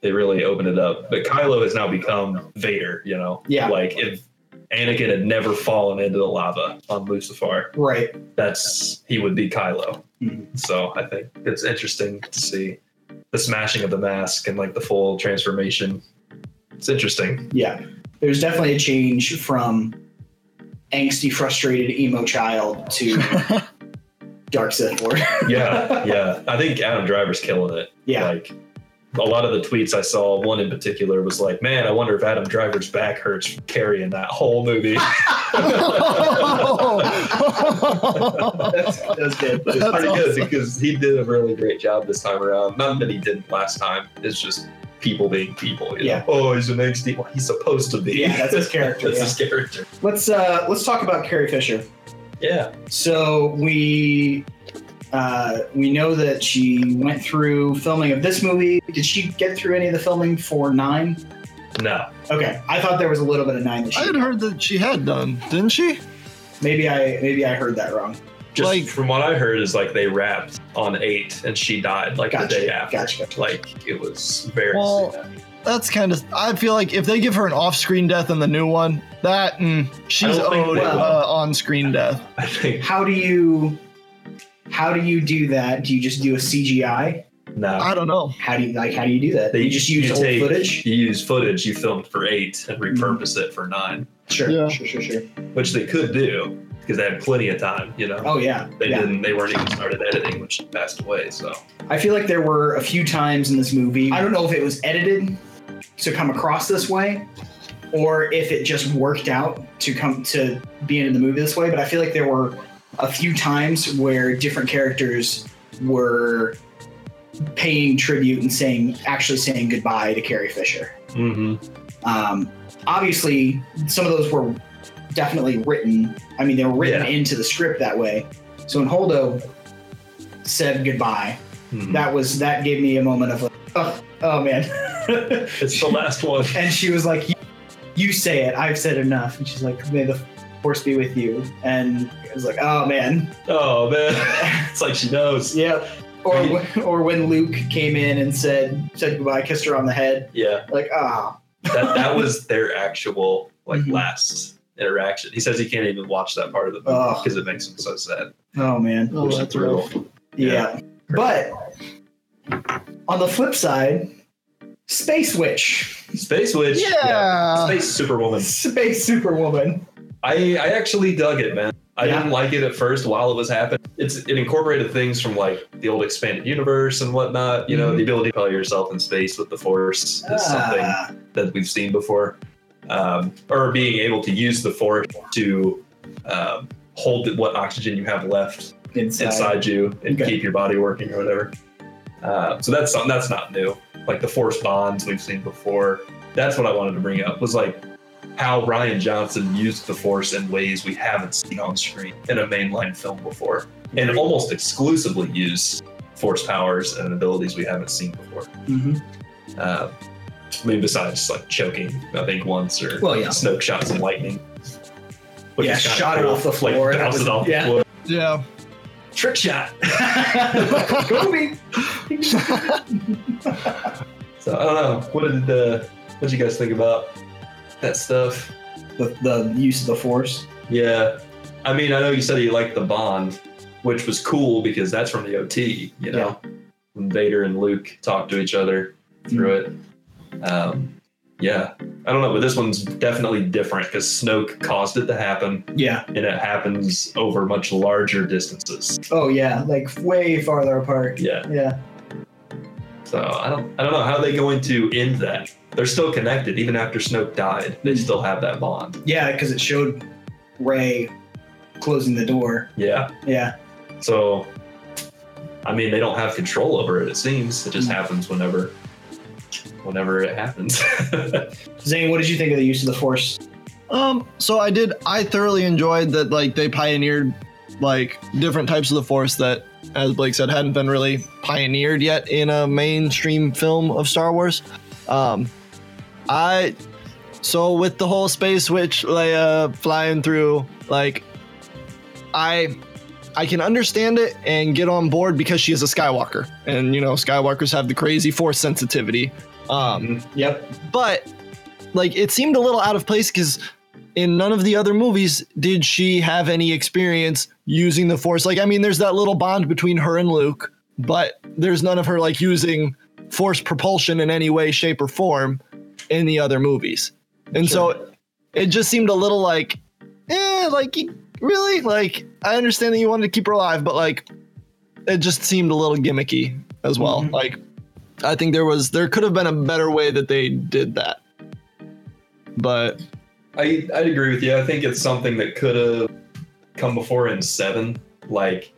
Speaker 2: They really opened it up. But Kylo has now become Vader, you know?
Speaker 1: Yeah.
Speaker 2: Like if Anakin had never fallen into the lava on Mustafar,
Speaker 1: Right.
Speaker 2: that's he would be Kylo.
Speaker 1: Mhm.
Speaker 2: So I think it's interesting to see the smashing of the mask and like the full transformation. It's interesting.
Speaker 1: Yeah. There's definitely a change from angsty, frustrated emo child to dark Sith Lord.
Speaker 2: Yeah, yeah. I think Adam Driver's killing it.
Speaker 1: Yeah.
Speaker 2: Like a lot of the tweets I saw, one in particular was like, "Man, I wonder if Adam Driver's back hurts from carrying that whole movie."
Speaker 1: That's, that's good.
Speaker 2: It's
Speaker 3: That's
Speaker 2: pretty good
Speaker 3: awesome.
Speaker 2: because he did a really great job this time around. Not that he didn't last time. It's just people being people. you know?
Speaker 1: Yeah.
Speaker 2: Oh, he's an XD. Well, he's supposed to be.
Speaker 1: Yeah, that's his character,
Speaker 2: that's
Speaker 1: yeah.
Speaker 2: his character.
Speaker 1: Let's uh let's talk about Carrie Fisher.
Speaker 2: Yeah.
Speaker 1: So we uh we know that she went through filming of this movie. Did she get through any of the filming for nine?
Speaker 2: No.
Speaker 1: Okay. I thought there was a little bit of nine that
Speaker 3: I
Speaker 1: she
Speaker 3: had heard that she had done, didn't she?
Speaker 1: maybe I maybe I heard that wrong.
Speaker 2: Just
Speaker 3: Like-
Speaker 2: from what I heard is like they wrapped on eight and she died like
Speaker 1: Gotcha.
Speaker 2: the day after.
Speaker 1: Gotcha, gotcha.
Speaker 2: Like it was very
Speaker 3: Well,
Speaker 2: sad.
Speaker 3: That's kind of. I feel like if they give her an off-screen death in the new one, that mm, she's
Speaker 2: don't think
Speaker 3: owed
Speaker 2: they
Speaker 3: uh,
Speaker 2: will.
Speaker 3: on-screen death.
Speaker 2: I think
Speaker 1: How do you how do you do that? Do you just do a CGI?
Speaker 2: no.
Speaker 3: I don't know.
Speaker 1: How do you like how do you do that?
Speaker 2: They
Speaker 1: you just use
Speaker 2: you
Speaker 1: old
Speaker 2: take-
Speaker 1: footage? Mm-hmm.
Speaker 2: You use footage you filmed for eight and repurpose it for nine,
Speaker 1: Sure,
Speaker 3: Yeah.
Speaker 1: sure, sure, sure.
Speaker 2: which they could do because they had plenty of time. You know,
Speaker 1: Oh yeah.
Speaker 2: they
Speaker 1: yeah.
Speaker 2: didn't. They weren't even started editing when she passed away. So
Speaker 1: I feel like there were a few times in this movie. I don't know if it was edited to come across this way, or if it just worked out to come to be in the movie this way. But I feel like there were a few times where different characters were paying tribute and saying, actually saying goodbye to Carrie Fisher.
Speaker 2: mm-hmm.
Speaker 1: Um, obviously, some of those were definitely written. I mean, they were written
Speaker 2: Yeah.
Speaker 1: into the script that way. So when Holdo said goodbye,
Speaker 2: Mm-hmm. Hmm.
Speaker 1: that was that gave me a moment of like, oh, oh man.
Speaker 2: it's the last one.
Speaker 1: and she was like, you, "You say it. I've said enough." And she's like, "May the force be with you." And I was like, "Oh man,
Speaker 2: Oh man, it's like she knows.
Speaker 1: yeah." Or when- or when Luke came in and said said goodbye, kissed her on the head,
Speaker 2: Yeah,
Speaker 1: like, ah,
Speaker 2: that that was their actual like
Speaker 1: Mhm.
Speaker 2: last interaction. He says he can't even watch that part of the movie
Speaker 1: Ugh.
Speaker 2: because it makes him so sad.
Speaker 1: oh man,
Speaker 3: Oh,
Speaker 2: which is
Speaker 3: that's
Speaker 2: brutal.
Speaker 3: rough.
Speaker 1: yeah.
Speaker 2: Yeah.
Speaker 1: But on the flip side, Space Witch,
Speaker 2: Space Witch.
Speaker 3: Yeah.
Speaker 2: Space Superwoman.
Speaker 1: Space Superwoman.
Speaker 2: I I actually dug it, man. I
Speaker 1: Yeah.
Speaker 2: didn't like it at first while it was happening. It's it incorporated things from like the old expanded universe and whatnot. You know,
Speaker 1: Mhm.
Speaker 2: the ability to propel yourself in space with the force is something
Speaker 1: Ah,
Speaker 2: that we've seen before, um, or being able to use the force to um, hold what oxygen you have left
Speaker 1: inside.
Speaker 2: inside you and
Speaker 1: Okay.
Speaker 2: keep your body working or whatever. Uh, so that's something that's not new. Like the force bonds we've seen before. That's what I wanted to bring up was like how Ryan Johnson used the force in ways we haven't seen on screen in a mainline film before, and almost exclusively used force powers and abilities we haven't seen before.
Speaker 1: Mhm.
Speaker 2: Uh, I mean, besides like choking, I think once or
Speaker 1: Well, yeah.
Speaker 2: snoke shots and lightning.
Speaker 1: Yeah,
Speaker 2: is kinda
Speaker 1: shot it off the floor.
Speaker 2: Like,
Speaker 1: That
Speaker 2: bounce
Speaker 1: was-
Speaker 2: it off
Speaker 1: yeah.
Speaker 2: the floor.
Speaker 3: Yeah.
Speaker 2: Trick shot.
Speaker 1: Kobe.
Speaker 2: So I don't know. What did uh, what did you guys think about that stuff?
Speaker 1: The, the use of the force.
Speaker 2: Yeah, I mean, I know you said you liked the Bond, which was cool because that's from the OT. You know, when Vader and Luke talk to each other through it. Um, yeah, I don't know, but this one's definitely different because Snoke caused it to happen,
Speaker 1: Yeah.
Speaker 2: and it happens over much larger distances.
Speaker 1: Oh yeah, like way farther apart.
Speaker 2: Yeah,
Speaker 1: Yeah.
Speaker 2: so I don't, I don't know how are they going to end that. They're still connected even after Snoke died. They still have that bond.
Speaker 1: Yeah, because it showed Ray closing the door.
Speaker 2: Yeah.
Speaker 1: Yeah.
Speaker 2: So, I mean, they don't have control over it. It seems it just
Speaker 1: Mm.
Speaker 2: happens whenever, whenever it happens.
Speaker 1: Zane, what did you think of the use of the force?
Speaker 3: Um, so I did I thoroughly enjoyed that like they pioneered like different types of the force that as Blake said hadn't been really pioneered yet in a mainstream film of Star Wars. Um I so with the whole space witch Leia flying through like I I can understand it and get on board because she is a Skywalker and you know Skywalkers have the crazy force sensitivity. Um
Speaker 1: Yep.
Speaker 3: but like it seemed a little out of place because in none of the other movies did she have any experience using the force like i mean there's that little bond between her and luke but there's none of her like using force propulsion in any way shape or form in the other movies and so it just seemed a little like eh like you- really like i understand that you wanted to keep her alive but like it just seemed a little gimmicky as well
Speaker 1: Mhm.
Speaker 3: like I think there was there could have been a better way that they did that. But
Speaker 2: I I agree with you. I think it's something that could have come before in seven. Like,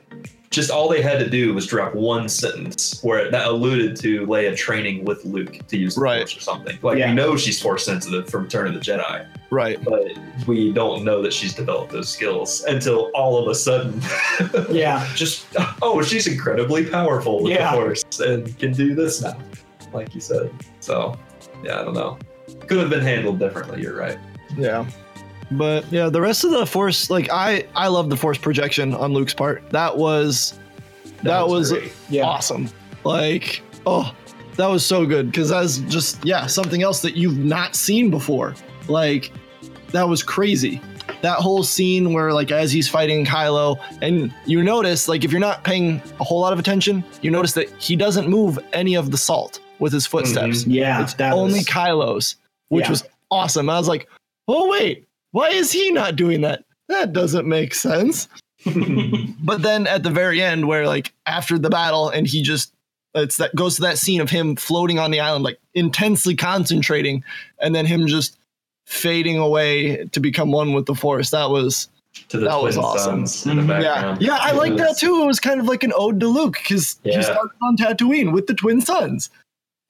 Speaker 2: just all they had to do was drop one sentence where that alluded to Leia training with Luke to use the
Speaker 3: Right.
Speaker 2: force or something. Like
Speaker 1: Yeah.
Speaker 2: we know she's force sensitive from Return of the Jedi.
Speaker 3: right.
Speaker 2: but we don't know that she's developed those skills until all of a sudden,
Speaker 1: Yeah. Just
Speaker 2: oh, she's incredibly powerful with
Speaker 1: Yeah.
Speaker 2: the Force and can do this now, like you said. So, yeah, I don't know. Could have been handled differently. You're right.
Speaker 3: Yeah. But yeah, the rest of the force like I I love the force projection on Luke's part. That was that, was
Speaker 2: great.
Speaker 1: yeah.
Speaker 3: awesome. Like oh, that was so good cuz that's just yeah, something else that you've not seen before. Like that was crazy. That whole scene where like as he's fighting Kylo and you notice like if you're not paying a whole lot of attention, you notice that he doesn't move any of the salt with his
Speaker 2: Mm-hmm.
Speaker 3: footsteps.
Speaker 1: Yeah.
Speaker 3: It's
Speaker 1: that
Speaker 3: only
Speaker 1: was-
Speaker 3: Kylo's, which
Speaker 1: Yeah.
Speaker 3: was awesome. I was like, oh wait, why is he not doing that? That doesn't make sense. But then at the very end, where like after the battle, and he just it's that goes to that scene of him floating on the island, like intensely concentrating, and then him just fading away to become one with the force. That was
Speaker 2: Mhm. to the
Speaker 3: That
Speaker 2: twin
Speaker 3: was awesome.
Speaker 2: sons in the
Speaker 1: Mhm.
Speaker 2: background.
Speaker 3: yeah, yeah. I
Speaker 2: It
Speaker 3: like that
Speaker 2: was-
Speaker 3: too. It was kind of like an ode to Luke because
Speaker 2: Yeah.
Speaker 3: he started on Tatooine with the twin sons.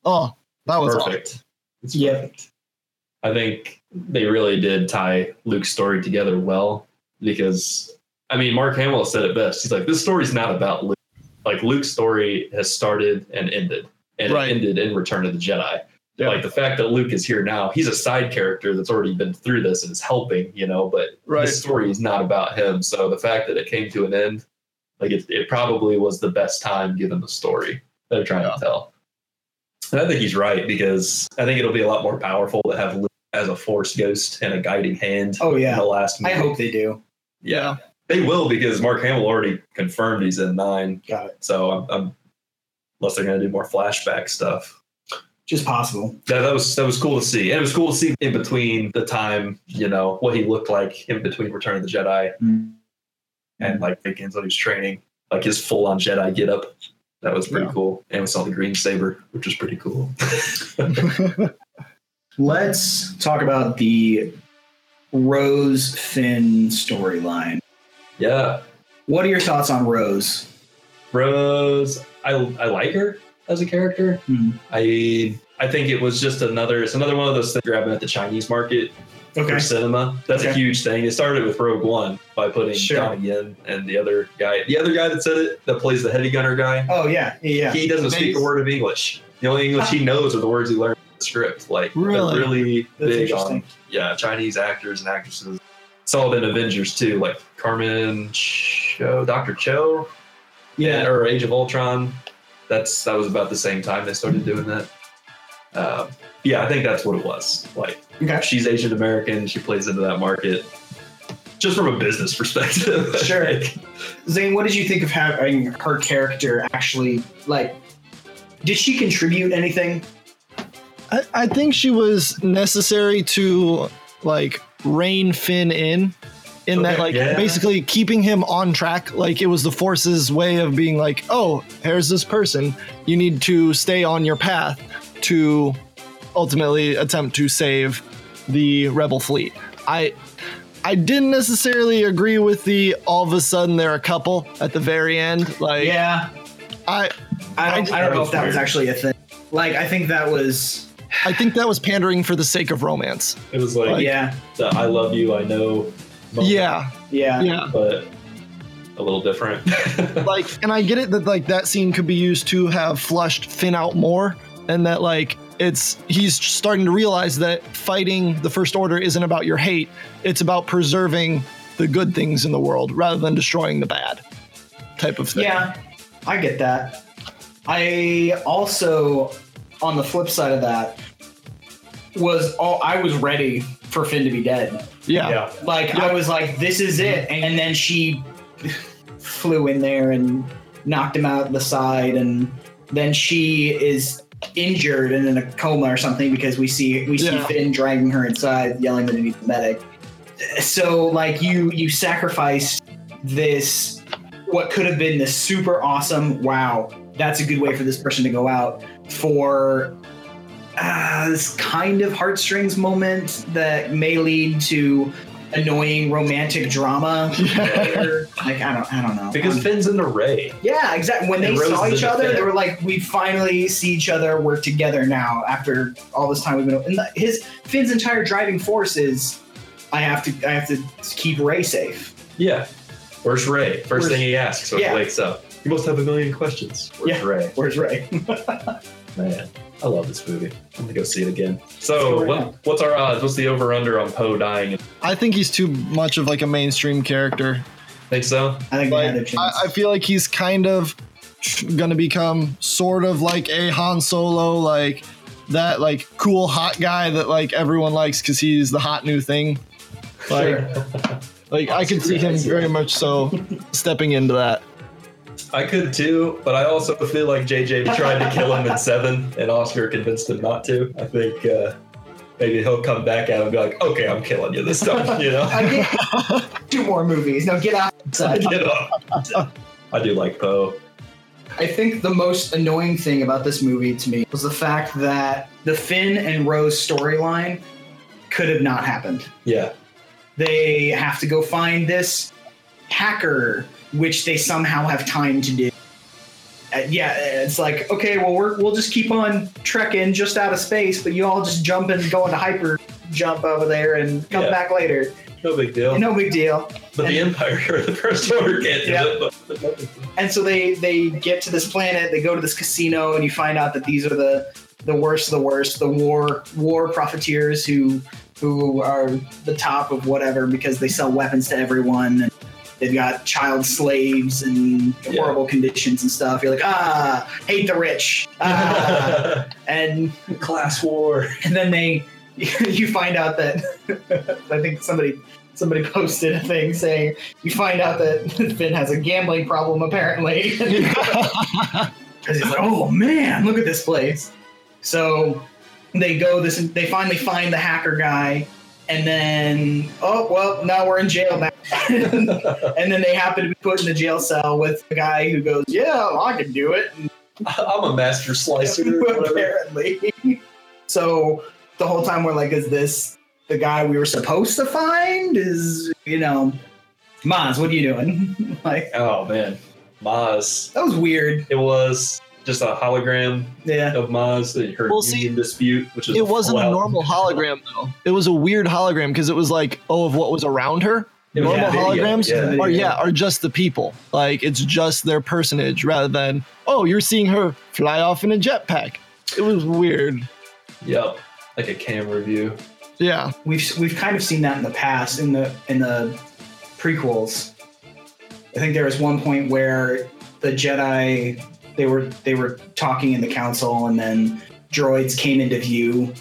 Speaker 3: Oh, that was awesome.
Speaker 2: perfect. It's
Speaker 1: Yep.
Speaker 2: perfect. I think they really did tie Luke's story together well because I mean Mark Hamill said it best. He's like, this story's not about Luke. Like Luke's story has started and ended. And
Speaker 3: Right.
Speaker 2: it ended in Return of the Jedi.
Speaker 3: Yeah.
Speaker 2: Like the fact that Luke is here now, he's a side character that's already been through this and is helping, you know, but
Speaker 3: Right.
Speaker 2: this story is not about him. So the fact that it came to an end, like it, it probably was the best time given the story they're trying
Speaker 3: Yeah.
Speaker 2: to tell. And I think he's right because I think it'll be a lot more powerful to have Luke as a force ghost and a guiding hand
Speaker 1: Oh
Speaker 2: in the
Speaker 1: yeah.
Speaker 2: last
Speaker 1: I
Speaker 2: movie.
Speaker 1: hope they do.
Speaker 2: Yeah. They will because Mark Hamill already confirmed he's in nine.
Speaker 1: Got it.
Speaker 2: So I'm, I'm unless they're going to do more flashback stuff.
Speaker 1: just possible.
Speaker 2: that, that was that was cool to see. And it was cool to see in between the time, you know, what he looked like in between Return of the Jedi
Speaker 1: Mm.
Speaker 2: and like begins when he was training, like his full on Jedi get up. That was pretty
Speaker 3: Yeah.
Speaker 2: cool. And we saw the green saber, which was pretty cool.
Speaker 1: Let's talk about the Rose Finn storyline.
Speaker 2: yeah.
Speaker 1: What are your thoughts on Rose?
Speaker 2: Rose, I I like her as a character.
Speaker 1: Mhm.
Speaker 2: I I think it was just another it's another one of those things grabbing at the Chinese market for cinema. That's a
Speaker 1: Okay.
Speaker 2: huge thing. It started with Rogue One by putting
Speaker 1: Sure.
Speaker 2: Donnie Yen and the other guy, the other guy that said it, that plays the heavy gunner guy.
Speaker 1: Oh yeah, yeah.
Speaker 2: He doesn't speak a
Speaker 3: Amazing.
Speaker 2: word of English. The only English
Speaker 1: Ah.
Speaker 2: he knows are the words he learned in the script. Like they're
Speaker 3: Really?
Speaker 2: really
Speaker 1: That's
Speaker 2: big on
Speaker 1: interesting.
Speaker 2: yeah Chinese actors and actresses. It's all been Avengers too, like Carmen Cho, Doctor Cho,
Speaker 1: Yeah.
Speaker 2: or Age of Ultron. That's that was about the same time they started doing that. Um, yeah, I think that's what it was. Like
Speaker 1: Okay.
Speaker 2: she's Asian American, she plays into that market. Just from a business perspective,
Speaker 1: Sure.
Speaker 2: Like,
Speaker 1: Zane, what did you think of having her character actually like? Did she contribute anything?
Speaker 3: I, I think she was necessary to like rein Finn in, in that
Speaker 2: Okay,
Speaker 3: like
Speaker 2: yeah.
Speaker 3: basically keeping him on track. Like it was the Force's way of being like, oh, here's this person. You need to stay on your path to ultimately attempt to save the Rebel fleet. I. I didn't necessarily agree with the all of a sudden they're a couple at the very end. Like
Speaker 1: yeah,
Speaker 3: I,
Speaker 1: I don't, I don't know if that
Speaker 2: That was
Speaker 1: was actually a thing. Like, I think that was
Speaker 3: I think that was pandering for the sake of romance.
Speaker 2: it was like,
Speaker 1: yeah,
Speaker 2: the "I love you, I know." moment,
Speaker 3: Yeah,
Speaker 1: yeah,
Speaker 3: yeah.
Speaker 2: but a little different.
Speaker 3: like and i get it that like that scene could be used to have flushed finn out more and that like it's he's starting to realize that fighting the first order isn't about your hate it's about preserving the good things in the world rather than destroying the bad type of thing
Speaker 1: yeah. I get that. I also, on the flip side of that, was all I was ready for Finn to be dead.
Speaker 3: yeah,
Speaker 2: yeah,
Speaker 1: Like, I was like, this is it. And then she flew in there and knocked him out the side. And then she is injured and in a coma or something because we see we see
Speaker 3: Yeah.
Speaker 1: Finn dragging her inside, yelling that he needs a medic. So like you you sacrificed this what could have been this super awesome wow that's a good way for this person to go out for uh, this kind of heartstrings moment that may lead to annoying romantic drama. later. like I don't, I don't know.
Speaker 2: because
Speaker 1: Um,
Speaker 2: Finn's in the Ray.
Speaker 1: yeah, exactly. When they
Speaker 2: And Rose
Speaker 1: saw
Speaker 2: is
Speaker 1: each
Speaker 2: in the
Speaker 1: other, they
Speaker 2: fair.
Speaker 1: were like, "We finally see each other. We're together now." After all this time, we've been. And the- his Finn's entire driving force is, "I have to, I have to keep Ray safe."
Speaker 2: Yeah, where's Ray? First
Speaker 1: Where's-
Speaker 2: thing he asks when
Speaker 1: Yeah.
Speaker 2: he wakes up. You must have a million questions. Where's
Speaker 1: Yeah.
Speaker 2: Ray?
Speaker 1: Where's Ray?
Speaker 2: Man, I love this movie. I'm gonna go see it again.
Speaker 1: Sure,
Speaker 2: So,
Speaker 1: yeah.
Speaker 2: what, what's our odds? What's the over under on Poe dying?
Speaker 3: i think he's too much of like a mainstream character
Speaker 2: Think so?
Speaker 1: I think they
Speaker 3: like
Speaker 1: had a chance.
Speaker 3: I, I feel like he's kind of gonna become sort of like a Han Solo, like that like cool hot guy that like everyone likes because he's the hot new thing. Like,
Speaker 1: sure.
Speaker 3: like I can see him very much so stepping into that.
Speaker 2: I could too, but I also feel like JJ tried to kill him in seven, and Oscar convinced him not to. I think uh, maybe he'll come back at him and be like, "Okay, I'm killing you this time," you know.
Speaker 1: I get- do more movies. No, get outside.
Speaker 2: You know? I do like Poe.
Speaker 1: I think the most annoying thing about this movie to me was the fact that the Finn and Rose storyline could have not happened.
Speaker 2: Yeah,
Speaker 1: They have to go find this hacker, which they somehow have time to do. Uh, yeah, it's like okay, well we're, we'll just keep on trekking just out of space, but you all just jump and go into hyper jump over there and come
Speaker 2: Yeah.
Speaker 1: back later.
Speaker 2: no big deal.
Speaker 1: No big deal.
Speaker 2: but the Empire or the First Order can't do
Speaker 1: Yeah.
Speaker 2: it. But, but nothing.
Speaker 1: and so they they get to this planet they go to this casino and you find out that these are the the worst of the worst the war war profiteers who who are the top of whatever because they sell weapons to everyone and they've got child slaves and
Speaker 2: Yeah.
Speaker 1: horrible conditions and stuff you're like ah hate the rich ah. and
Speaker 2: Class war.
Speaker 1: and then they you find out that I think somebody somebody posted a thing saying you find out that Finn has a gambling problem apparently because he's like oh man look at this place So they go this they finally find the hacker guy and then oh well now we're in jail now. and then they happen to be put in the jail cell with the guy who goes, Yeah, I can do it.
Speaker 2: I'm a master slicer. or whatever.
Speaker 1: apparently. So the whole time we're like, is this the guy we were supposed to find? Is you know, Maz, what are you doing? like
Speaker 2: oh man, Maz.
Speaker 1: that was weird.
Speaker 2: It was just a hologram
Speaker 1: Yeah,
Speaker 2: of Maz and her
Speaker 3: Well, see,
Speaker 2: union dispute, which was
Speaker 3: It wasn't a
Speaker 2: full-out-
Speaker 3: normal hologram though. It was a weird hologram because it was like, oh, of what was around her.
Speaker 2: It was
Speaker 3: normal
Speaker 2: a video,
Speaker 3: holograms
Speaker 2: yeah.
Speaker 3: are yeah are just the people. Like it's just their personage rather than oh, you're seeing her fly off in a jetpack. It was weird.
Speaker 2: Yep, like a camera view.
Speaker 3: Yeah.
Speaker 1: we've we've kind of seen that in the past in the in the prequels. I think there was one point where the Jedi they were they were talking in the council, and then droids came into view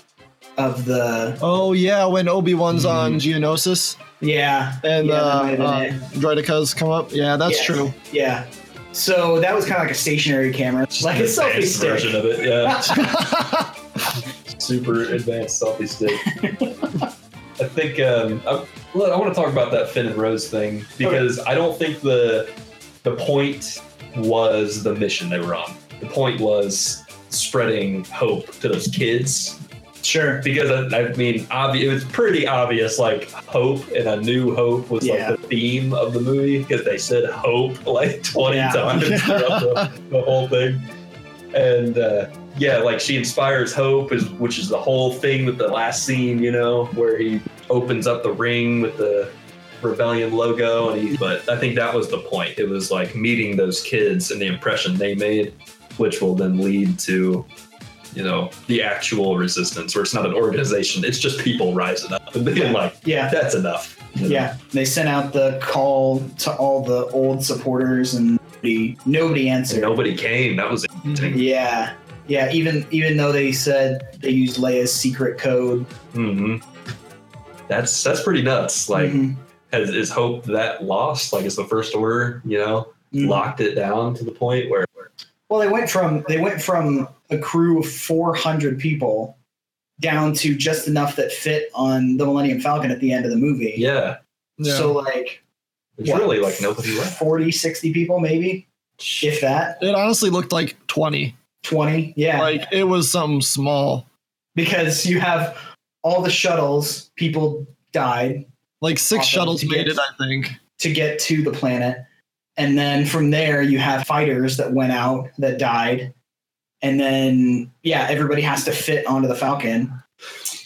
Speaker 1: of the
Speaker 3: Oh yeah, when Obi Wan's on Geonosis
Speaker 1: yeah Mm-hmm.
Speaker 3: and
Speaker 1: Yeah, that
Speaker 3: uh,
Speaker 1: might have been
Speaker 3: uh,
Speaker 1: it.
Speaker 3: Droidica's come up. Yeah, that's
Speaker 1: Yes.
Speaker 3: true.
Speaker 1: Yeah. So that was kind of like a stationary camera, like a
Speaker 2: An
Speaker 1: selfie
Speaker 2: advanced version
Speaker 1: stick.
Speaker 2: of it. Yeah, super advanced selfie stick. I think um, I, look, I want to talk about that Finn and Rose thing because I don't think the the point was the mission they were on. The point was spreading hope to those kids
Speaker 1: Sure.
Speaker 2: because I, I mean, obvi- it was pretty obvious. Like hope and a new hope was
Speaker 1: Yeah.
Speaker 2: like the theme of the movie because they said hope like twenty
Speaker 1: Yeah.
Speaker 2: times throughout the, the whole thing. And uh, yeah, like she inspires hope, is which is the whole thing with the last scene, you know, where he opens up the ring with the rebellion logo, and he. But I think that was the point. It was like meeting those kids and the impression they made, which will then lead to you know, the actual resistance, where it's not an organization, it's just people rising up and being like,
Speaker 1: Yeah.
Speaker 2: that's enough. you know?
Speaker 1: Yeah. They sent out the call to all the old supporters and nobody, nobody
Speaker 2: And
Speaker 1: answered.
Speaker 2: nobody came. That was
Speaker 3: Mm-hmm.
Speaker 2: interesting.
Speaker 1: Yeah. Yeah. Even even though they said they used Leia's secret code.
Speaker 2: hmm That's that's pretty nuts. Like,
Speaker 3: Mm-hmm.
Speaker 1: Mhm.
Speaker 2: has, is hope that lost? Like, is the first order, you know,
Speaker 1: Mhm.
Speaker 2: locked it down to the point where
Speaker 1: Well, they went from they went from a crew of 400 people down to just enough that fit on the Millennium Falcon at the end of the movie.
Speaker 2: yeah,
Speaker 3: Yeah.
Speaker 1: So like
Speaker 2: there's
Speaker 1: what,
Speaker 2: really like nobody left.
Speaker 1: 40, 60 people maybe, if that.
Speaker 3: it honestly looked like twenty.
Speaker 1: 20 yeah
Speaker 3: Like it was something small,
Speaker 1: because you have all the shuttles people died
Speaker 3: like six
Speaker 1: Awesome.
Speaker 3: shuttles made
Speaker 1: Yes.
Speaker 3: it. I think.
Speaker 1: to get to the planet and then from there you have fighters that went out that died and then yeah everybody has to fit onto the falcon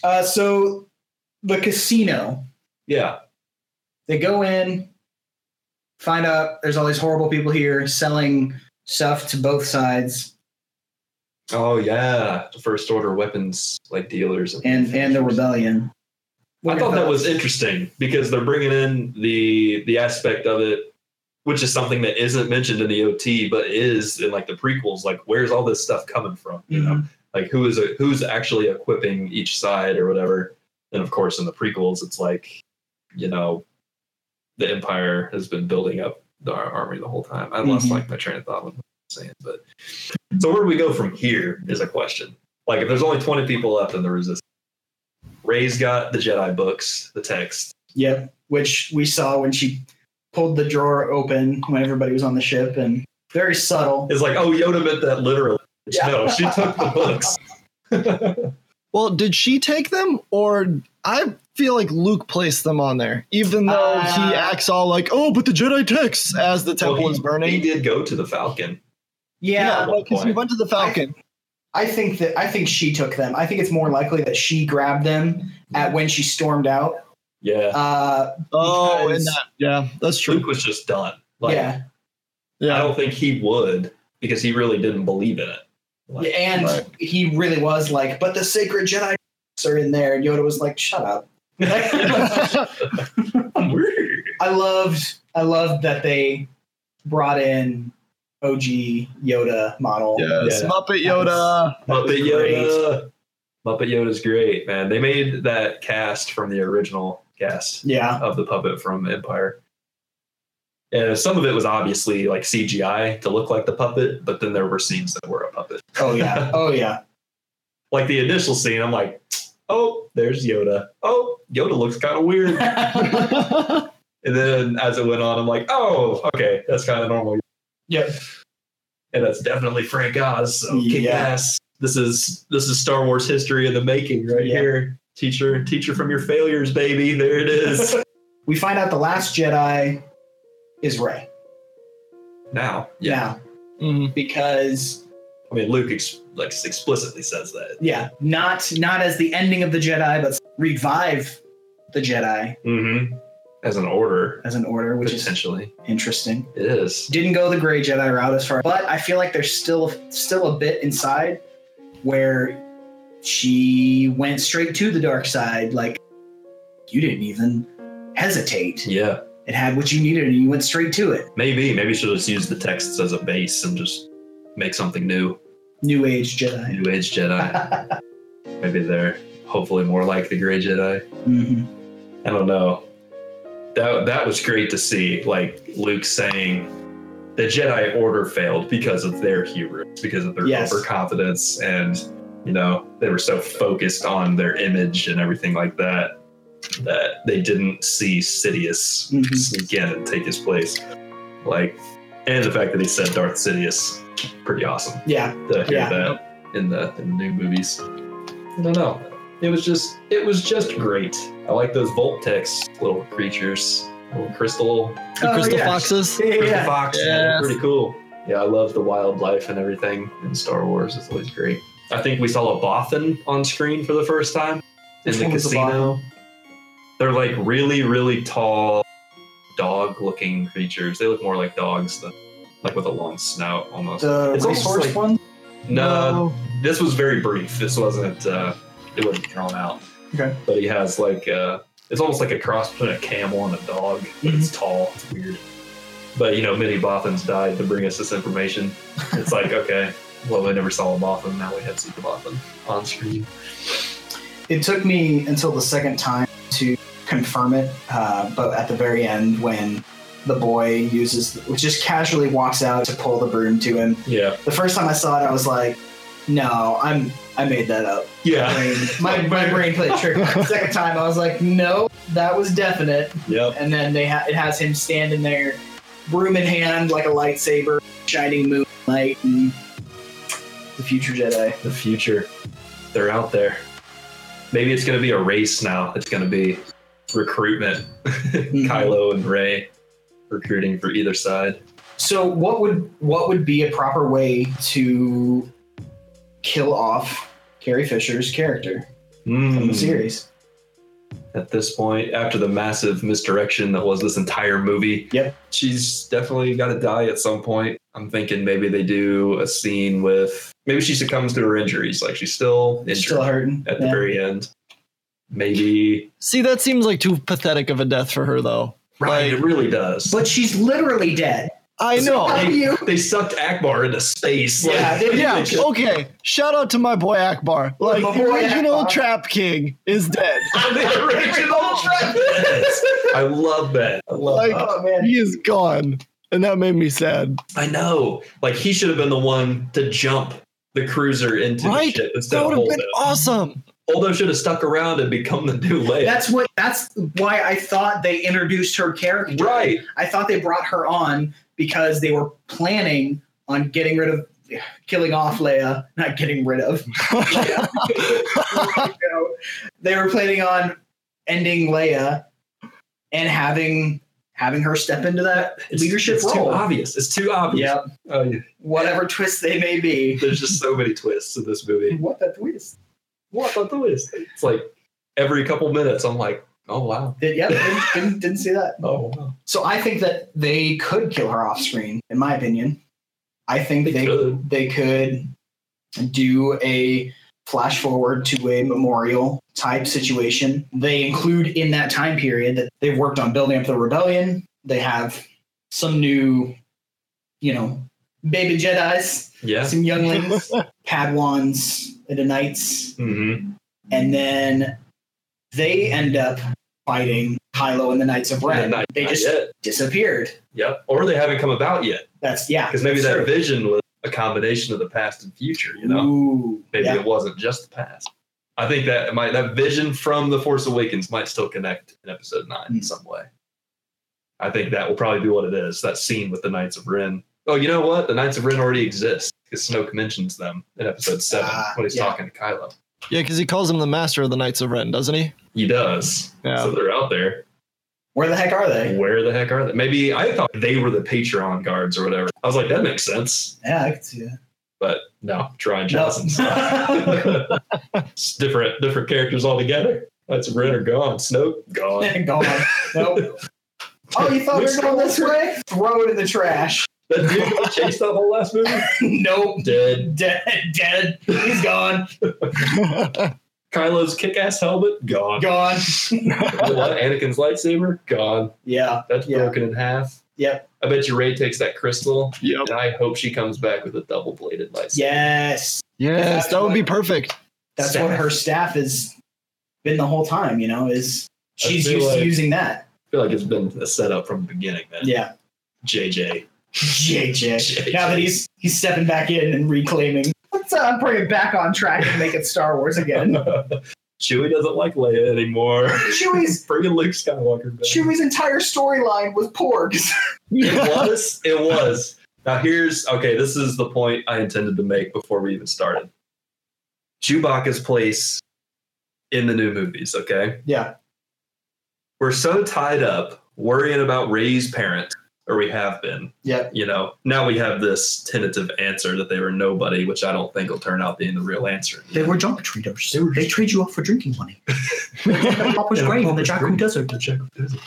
Speaker 1: uh, so the casino
Speaker 2: Yeah,
Speaker 1: they go in find out there's all these horrible people here selling stuff to both sides
Speaker 2: oh yeah, the first order weapons like dealers
Speaker 1: and and the rebellion
Speaker 2: I thought that was interesting because they're bringing in the the aspect of it, which is something that isn't mentioned in the OT, but is in like the prequels. Like, where's all this stuff coming from? You know,
Speaker 1: Mm-hmm.
Speaker 2: like who is who's actually equipping each side or whatever. And of course, in the prequels, it's like, you know, the Empire has been building up the ar- army the whole time. I lost
Speaker 3: Mm-hmm.
Speaker 1: Mhm.
Speaker 2: like my train of thought when I was saying, but so where do we go from here is a question. Like, if there's only 20 people left in the resistance. Ray's got the Jedi books, the text.
Speaker 1: Yep, which we saw when she pulled the drawer open when everybody was on the ship, and very subtle.
Speaker 2: It's like, oh, Yoda meant that literally.
Speaker 1: Yeah.
Speaker 2: No, she took the books.
Speaker 3: Well, did she take them, or I feel like Luke placed them on there, even though
Speaker 1: Uh,
Speaker 3: he acts all like, "Oh, but the Jedi texts" as the temple
Speaker 2: Well, he-
Speaker 3: is burning.
Speaker 2: He did go to the Falcon.
Speaker 1: Yeah,
Speaker 2: Yeah.
Speaker 3: because he went to the Falcon.
Speaker 1: I think that I think she took them. I think it's more likely that she grabbed them at when she stormed out.
Speaker 2: Yeah.
Speaker 1: Uh,
Speaker 3: oh,
Speaker 1: because-
Speaker 3: and that, yeah, that's true.
Speaker 2: Luke was just done. Like,
Speaker 1: yeah,
Speaker 2: I
Speaker 3: Yeah,
Speaker 2: don't think he would because he really didn't believe in it. Like,
Speaker 1: and
Speaker 2: right.
Speaker 1: he really was like, "But the sacred Jedi are in there," and Yoda was like, "Shut up."
Speaker 2: Weird.
Speaker 1: I loved, I loved that they brought in OG Yoda model.
Speaker 3: yes,
Speaker 2: Yeah.
Speaker 3: Muppet Yoda.
Speaker 1: That was
Speaker 2: Muppet
Speaker 1: great.
Speaker 2: Yoda. Muppet Yoda's great, man. They made that cast from the original cast
Speaker 1: Yeah,
Speaker 2: of the puppet from Empire. And some of it was obviously like CGI to look like the puppet, but then there were scenes that were a puppet.
Speaker 1: Oh yeah. Oh yeah.
Speaker 2: Like the initial scene, I'm like, oh, there's Yoda. Oh, Yoda looks kind of weird.
Speaker 3: Mm-hmm.
Speaker 2: And then as it went on, I'm like, oh, okay, that's kind of normal. Yep. And that's definitely Frank Oz. So kick
Speaker 1: Yeah.
Speaker 2: ass. This is this is Star Wars history in the making right
Speaker 1: Yeah.
Speaker 2: here. Teacher, teacher from your failures, baby. There it is.
Speaker 1: we find out the last Jedi is Rey
Speaker 2: now,
Speaker 1: now
Speaker 3: Mhm.
Speaker 1: because
Speaker 2: I mean, Luke ex- like explicitly says that.
Speaker 1: yeah, not not as the ending of the Jedi, but revive the Jedi
Speaker 2: Mm-hmm. As an order,
Speaker 1: as an order, which is
Speaker 2: potentially,
Speaker 1: interesting.
Speaker 2: it is.
Speaker 1: Didn't go the gray Jedi route as far, but I feel like there's still still a bit inside where she went straight to the dark side. Like you didn't even hesitate;
Speaker 2: Yeah,
Speaker 1: it had what you needed, and you went straight to it.
Speaker 2: maybe, maybe she'll just use the texts as a base and just make something new,
Speaker 1: New Age Jedi.
Speaker 2: new age Jedi. maybe they're hopefully more like the Gray Jedi.
Speaker 1: Mhm.
Speaker 2: I don't know. That that was great to see. Like Luke saying, the Jedi Order failed because of their hubris, because of their
Speaker 1: Yes.
Speaker 2: overconfidence, and you know they were so focused on their image and everything like that that they didn't see Sidious
Speaker 1: Mhm.
Speaker 2: sneak in and take his place. Like, and the fact that he said Darth Sidious, pretty awesome
Speaker 1: Yeah.
Speaker 2: to hear
Speaker 1: Yeah.
Speaker 2: that in the in the new movies. I don't know. It was just it was just great. I like those Voltex little creatures, little crystal,
Speaker 3: The
Speaker 1: Oh,
Speaker 3: crystal
Speaker 1: yeah.
Speaker 3: foxes.
Speaker 1: Yeah,
Speaker 2: crystal
Speaker 1: yeah.
Speaker 2: fox. Yeah,
Speaker 3: Yes.
Speaker 2: they're pretty cool. Yeah, I love the wildlife and everything in Star Wars. It's always great. I think we saw a Bothan on screen for the first time
Speaker 1: Which
Speaker 2: in the
Speaker 1: one was the
Speaker 2: casino. they're like really, really tall, dog-looking creatures. They look more like dogs than like with a long snout almost.
Speaker 1: The
Speaker 2: It's almost
Speaker 1: resource
Speaker 2: like-
Speaker 1: Uh, one.
Speaker 2: no, this was very brief. This wasn't uh, it wasn't drawn out.
Speaker 1: Okay.
Speaker 2: But he has like uh, it's almost like a cross between a camel and a dog. But It's tall. It's weird. But you know, many Bothans died to bring us this information. It's like okay, well we never saw a Bothan. Now we have Super Bothan on screen.
Speaker 1: It took me until the second time to confirm it, uh, but at the very end, when the boy uses, just casually walks out to pull the broom to him.
Speaker 2: Yeah.
Speaker 1: The first time I saw it, I was like, "No, I'm I made that up."
Speaker 2: Yeah.
Speaker 1: I mean, my my brain played a trick. second time, I was like, "No, that was definite."
Speaker 2: Yep.
Speaker 1: And then they ha- it has him standing there, broom in hand, like a lightsaber, shining moonlight, and the future Jedi.
Speaker 2: The future, they're out there. Maybe it's gonna be a race now. It's gonna be recruitment. Kylo and Ray recruiting for either side.
Speaker 1: So what would what would be a proper way to kill off Carrie Fisher's character from the
Speaker 2: Mm.
Speaker 1: series?
Speaker 2: at this point after the massive misdirection that was this entire movie.
Speaker 1: Yep.
Speaker 2: She's definitely got to die at some point. I'm thinking maybe they do a scene with maybe she succumbs to her injuries. Like she's still injured
Speaker 1: Still hurting.
Speaker 2: at the
Speaker 1: yeah.
Speaker 2: very end. Maybe.
Speaker 3: See, that seems like too pathetic of a death for her, though.
Speaker 2: Right. It really does.
Speaker 1: but she's literally dead.
Speaker 3: I know.
Speaker 1: Fuck you.
Speaker 2: They sucked Akbar into space.
Speaker 1: Yeah,
Speaker 2: Like,
Speaker 1: they-
Speaker 3: Yeah. Okay. Shout out to my boy Akbar. Like
Speaker 1: My
Speaker 3: the
Speaker 1: boy
Speaker 3: original
Speaker 1: Akbar.
Speaker 3: Trap King is dead.
Speaker 2: the original Travis. I love that. I love
Speaker 3: Like-
Speaker 2: that.
Speaker 1: Oh man.
Speaker 3: He is gone, and that made me sad.
Speaker 2: I know. Like he should have been the one to jump the cruiser into
Speaker 3: Right?
Speaker 2: the ship instead
Speaker 3: That
Speaker 2: of
Speaker 3: would have
Speaker 2: holding
Speaker 3: been
Speaker 2: it.
Speaker 3: awesome.
Speaker 2: Holdo should have stuck around and become the new Leia.
Speaker 1: That's what that's why I thought they introduced her character.
Speaker 2: right.
Speaker 1: I thought they brought her on because they were planning on getting rid of killing off Leia, not getting rid of. You know, they were planning on ending Leia and having having her step into that leadership
Speaker 2: it's
Speaker 1: role.
Speaker 2: too obvious. It's too obvious.
Speaker 1: Yep.
Speaker 2: Oh, yeah.
Speaker 1: Whatever twist they may be.
Speaker 2: There's just so many twists in this movie.
Speaker 1: What that twist?
Speaker 2: What the twist? It's like every couple minutes, I'm like, oh wow,
Speaker 1: Did, yep, didn't, didn't, didn't see that.
Speaker 2: oh wow.
Speaker 1: So I think that they could kill her off screen, in my opinion. I think
Speaker 2: They
Speaker 1: they they could,
Speaker 2: could.
Speaker 1: do a flash forward to a memorial type situation. They include in that time period that they've worked on building up the rebellion. They have some new, you know, baby Jedi's,
Speaker 2: Yeah.
Speaker 1: some younglings, Padawans, and the knights
Speaker 2: Mm-hmm.
Speaker 1: and then they end up fighting Kylo and the Knights of Ren.
Speaker 2: Not,
Speaker 1: they
Speaker 2: not
Speaker 1: just
Speaker 2: yet.
Speaker 1: disappeared.
Speaker 2: Yep. Or they haven't come about yet
Speaker 1: That's yeah.
Speaker 2: because maybe
Speaker 1: that's true.
Speaker 2: that vision was a combination of the past and future. You know,
Speaker 1: Ooh,
Speaker 2: maybe
Speaker 1: yeah.
Speaker 2: it wasn't just the past. I think that might that vision from the Force Awakens might still connect in Episode Nine in
Speaker 1: Mm.
Speaker 2: some way. I think that will probably be what it is. That scene with the Knights of Ren. Oh, you know what? The Knights of Ren already exist because Snoke mentions them in Episode Seven
Speaker 1: Ah,
Speaker 2: when he's
Speaker 1: yeah.
Speaker 2: talking to Kylo.
Speaker 3: Yeah, because he calls him the master of the Knights of Ren, doesn't he?
Speaker 2: He does.
Speaker 3: Yeah.
Speaker 2: So they're out there.
Speaker 1: Where the heck are they?
Speaker 2: Where the heck are they? Maybe I thought they were the Patreon guards or whatever. I was like, that makes sense.
Speaker 1: Yeah, I can see that.
Speaker 2: But no, Ryan
Speaker 1: No.
Speaker 2: Johnson's it's different different characters altogether. That's Ren are gone. Snoke gone.
Speaker 1: Gone. Nope. Oh, you thought we were going this way? Throw it in the trash.
Speaker 2: That dude who chased that whole last movie.
Speaker 1: nope.
Speaker 2: Dead.
Speaker 1: Dead. Dead. He's gone.
Speaker 2: Kylo's kick-ass helmet gone.
Speaker 1: Gone.
Speaker 2: What? Anakin's lightsaber gone.
Speaker 1: Yeah.
Speaker 2: That's
Speaker 1: Yeah.
Speaker 2: broken in half.
Speaker 1: Yep.
Speaker 2: I bet you Ray takes that crystal,
Speaker 3: Yep.
Speaker 2: and I hope she comes back with a double-bladed lightsaber.
Speaker 1: Yes.
Speaker 3: Yes, that would be perfect.
Speaker 1: That's what her staff has been the whole time, you know, is
Speaker 2: I
Speaker 1: she's
Speaker 2: feel
Speaker 1: used to
Speaker 2: like-
Speaker 1: using that.
Speaker 2: I feel like it's been a setup from the beginning, man.
Speaker 1: Yeah.
Speaker 2: JJ.
Speaker 1: JJ.
Speaker 2: JJ.
Speaker 1: Now that he's he's stepping back in and reclaiming. Let's uh, bring it back on track and make it Star Wars again.
Speaker 2: Chewie doesn't like Leia anymore.
Speaker 1: Chewie's
Speaker 2: Bringing Luke Skywalker back.
Speaker 1: Chewie's entire storyline was porgs.
Speaker 2: It was. It was. Now here's okay. This is the point I intended to make before we even started. Chewbacca's place in the new movies. Okay,
Speaker 1: Yeah.
Speaker 2: we're so tied up worrying about Ray's parents, or we have been.
Speaker 1: Yep.
Speaker 2: You know, now we have this tentative answer that they were nobody, which I don't think will turn out being the real answer.
Speaker 1: They were junk treaters.
Speaker 2: They were-
Speaker 1: they trade you off for drinking money. Papa's
Speaker 2: Yeah,
Speaker 1: grave in the
Speaker 2: Papa's
Speaker 1: Jakku
Speaker 2: grave.
Speaker 1: Desert.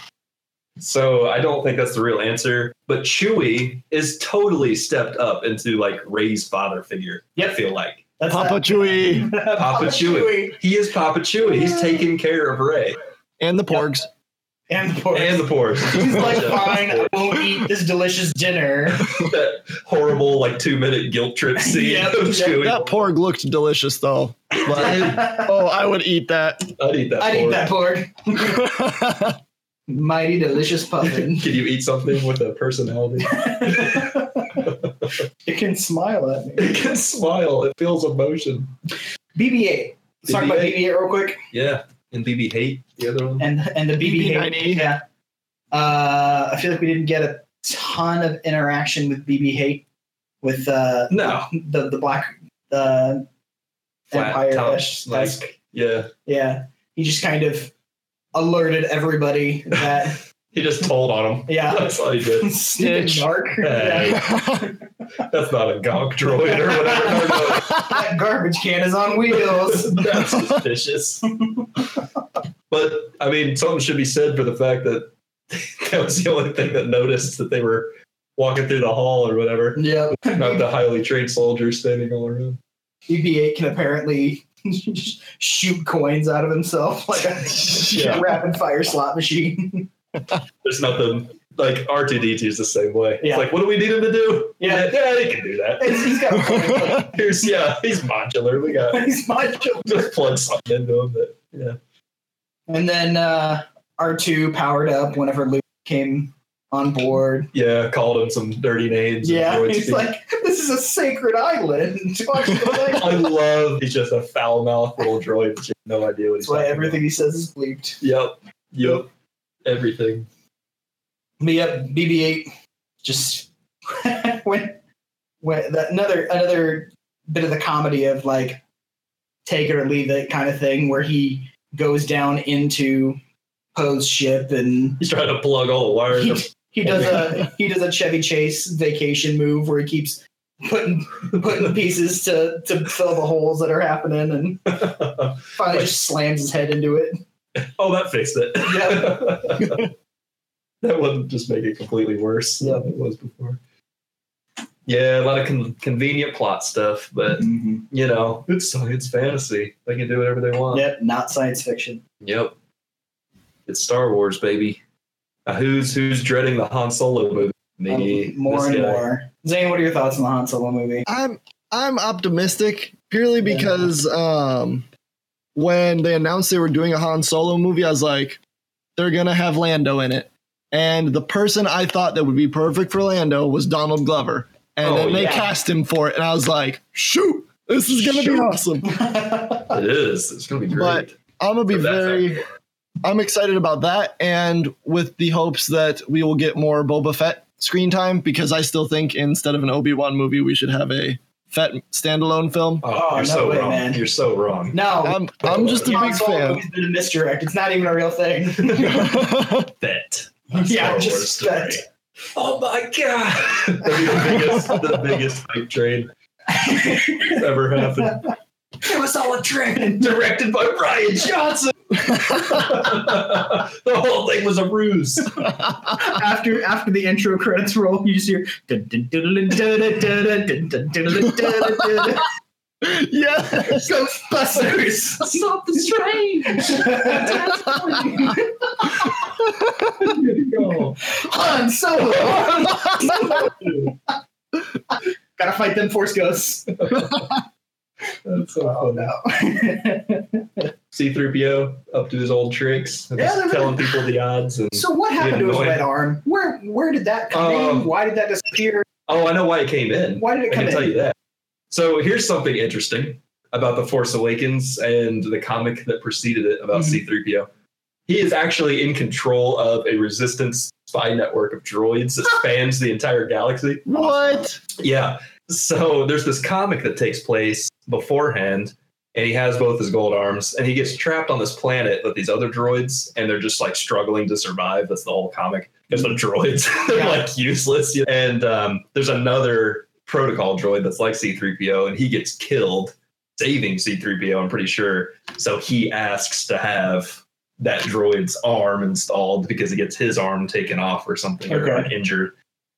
Speaker 2: So I don't think that's the real answer. But Chewie is totally stepped up into like Ray's father figure. I
Speaker 1: Yep.
Speaker 2: feel like
Speaker 1: That's
Speaker 3: Papa
Speaker 1: that.
Speaker 3: Chewie
Speaker 1: Papa,
Speaker 2: Chewie. he is Papa Chewie. He's taking care of Ray
Speaker 3: and the Porgs.
Speaker 1: And the porgs.
Speaker 2: and the Porsche.
Speaker 1: He's like, fine, I won't eat this delicious dinner.
Speaker 2: that horrible like two minute guilt trip scene
Speaker 1: Yep,
Speaker 2: of
Speaker 1: yep.
Speaker 2: Chewie.
Speaker 3: That Porg looked delicious, though. Like,
Speaker 1: I'd
Speaker 3: oh, I would eat that.
Speaker 2: I'd eat that.
Speaker 1: eat
Speaker 2: Porg.
Speaker 1: that porg. Mighty delicious puffin.
Speaker 2: Can you eat something with a personality?
Speaker 1: it can smile at me.
Speaker 2: it can smile. It feels emotion.
Speaker 1: BB-8. Let's talk about
Speaker 2: BB-8.
Speaker 1: BB-8 real quick.
Speaker 2: Yeah. And BB hate the other one.
Speaker 1: and and the BB
Speaker 3: BB90.
Speaker 1: hate. Yeah, uh, I feel like we didn't get a ton of interaction with BB hate with uh,
Speaker 2: No.
Speaker 1: the the black uh,
Speaker 2: Flat
Speaker 1: Empire
Speaker 2: top,
Speaker 1: ish
Speaker 2: like yeah.
Speaker 1: yeah. He just kind of alerted everybody that
Speaker 2: He just told on him.
Speaker 1: yeah,
Speaker 2: That's all he did.
Speaker 1: sneaking
Speaker 3: Snitch.
Speaker 1: dark.
Speaker 2: Hey, that's not a gonk droid or whatever.
Speaker 1: That garbage can is on wheels.
Speaker 2: That's suspicious. but I mean, something should be said for the fact that that was the only thing that noticed that they were walking through the hall or whatever.
Speaker 1: yep.
Speaker 2: Not the highly trained soldiers standing all around.
Speaker 1: BB-8 can apparently shoot coins out of himself like a
Speaker 2: Yeah.
Speaker 1: rapid fire slot machine.
Speaker 2: There's nothing like R2D2 is the same way.
Speaker 1: Yeah.
Speaker 2: It's like, what do we need him to do?
Speaker 1: Yeah.
Speaker 2: yeah, he can do that.
Speaker 1: He's- he's got
Speaker 2: Here's yeah, he's modular. We got
Speaker 1: he's macho.
Speaker 2: just plug something into him. That, yeah,
Speaker 1: And then uh, R2 powered up whenever Luke came on board.
Speaker 2: yeah, called him some dirty names. and
Speaker 1: Yeah,
Speaker 2: droid
Speaker 1: he's
Speaker 2: speak.
Speaker 1: like, this is a sacred island. Watch the
Speaker 2: I
Speaker 1: island.
Speaker 2: love he's just a foul mouthed little droid. that you have No idea what he's
Speaker 1: That's why
Speaker 2: talking
Speaker 1: everything he says is bleeped.
Speaker 2: About. Yep. Yep. Everything.
Speaker 1: But yep, BB-8 just when when that, another another bit of the comedy of like take it or leave it kind of thing where he goes down into Poe's ship and
Speaker 2: He's trying to plug all the wires.
Speaker 1: he, he does a he does a Chevy Chase vacation move where he keeps putting putting pieces to to fill the holes that are happening, and
Speaker 2: oh,
Speaker 1: finally just slams his head into it.
Speaker 2: that fixed it. that wouldn't just make it completely worse
Speaker 1: Yeah.
Speaker 2: than it was before. Yeah, a lot of con- convenient plot stuff, but you know, it's it's fantasy. They can do whatever they want.
Speaker 1: Yep, not science fiction.
Speaker 2: Yep. It's Star Wars, baby. Uh, who's who's dreading the Han Solo movie? Me.
Speaker 1: Um, more
Speaker 2: this
Speaker 1: and
Speaker 2: guy.
Speaker 1: more. Zane, what are your thoughts on the Han Solo movie?
Speaker 3: I'm I'm optimistic purely
Speaker 1: Yeah.
Speaker 3: because um, when they announced they were doing a Han Solo movie, I was like, they're gonna have Lando in it, and the person I thought that would be perfect for Lando was Donald Glover, and
Speaker 2: Oh,
Speaker 3: then they
Speaker 1: yeah.
Speaker 3: cast him for it, and I was like, shoot, this is gonna be
Speaker 1: Shoot.
Speaker 3: awesome.
Speaker 2: It is. It's gonna be great.
Speaker 3: But- I'm gonna be
Speaker 2: For that
Speaker 3: very. I'm excited about that, and with the hopes that we will get more Boba Fett screen time because I still think instead of an Obi Wan movie, we should have a Fett standalone film.
Speaker 2: oh,
Speaker 1: Oh,
Speaker 2: you're
Speaker 1: no
Speaker 2: so
Speaker 1: way,
Speaker 2: wrong.
Speaker 1: man.
Speaker 2: You're so wrong.
Speaker 1: No,
Speaker 3: I'm I'm just a big
Speaker 1: Hans Solo
Speaker 3: fan.
Speaker 1: movies did a misdirect. It's not even a real thing.
Speaker 2: Bet.
Speaker 1: yeah, just that.
Speaker 2: Oh my god! That'd be the biggest, the biggest hype train that's ever happened.
Speaker 1: It was all a trick.
Speaker 2: Directed by Brian Johnson. the whole thing was a ruse.
Speaker 1: after after the intro credits roll, you just hear. dun, dun, dun, dun, dun, dun, dun, dun, dun, dun, dun, dun, dun, dun, dun.
Speaker 3: yeah.
Speaker 1: Ghostbusters.
Speaker 2: Stop the train.
Speaker 1: Han Solo. Gotta fight them force ghosts.
Speaker 2: That's so
Speaker 1: Oh
Speaker 2: fun.
Speaker 1: no.
Speaker 2: C-3PO up to his old tricks, and
Speaker 1: Yeah,
Speaker 2: just
Speaker 1: they're-
Speaker 2: telling people the odds. And
Speaker 1: so what happened to his
Speaker 2: Annoying.
Speaker 1: right arm? Where where did that come
Speaker 2: Um,
Speaker 1: in? Why did that disappear?
Speaker 2: oh, I know why it came in.
Speaker 1: Why did it
Speaker 2: I
Speaker 1: come
Speaker 2: can
Speaker 1: in?
Speaker 2: tell you that. So here's something interesting about The Force Awakens and the comic that preceded it about
Speaker 1: Mhm.
Speaker 2: C3PO. He is actually in control of a resistance spy network of droids that spans the entire galaxy.
Speaker 3: What?
Speaker 2: Yeah. So there's this comic that takes place beforehand, and he has both his gold arms, and he gets trapped on this planet with these other droids, and they're just like struggling to survive. That's the whole comic because the droids they're
Speaker 1: Yeah.
Speaker 2: like useless. you know? And um, there's another protocol droid that's like C3PO, and he gets killed saving C3PO. I'm pretty sure. So he asks to have that droid's arm installed because he gets his arm taken off or something or
Speaker 1: Okay.
Speaker 2: like, injured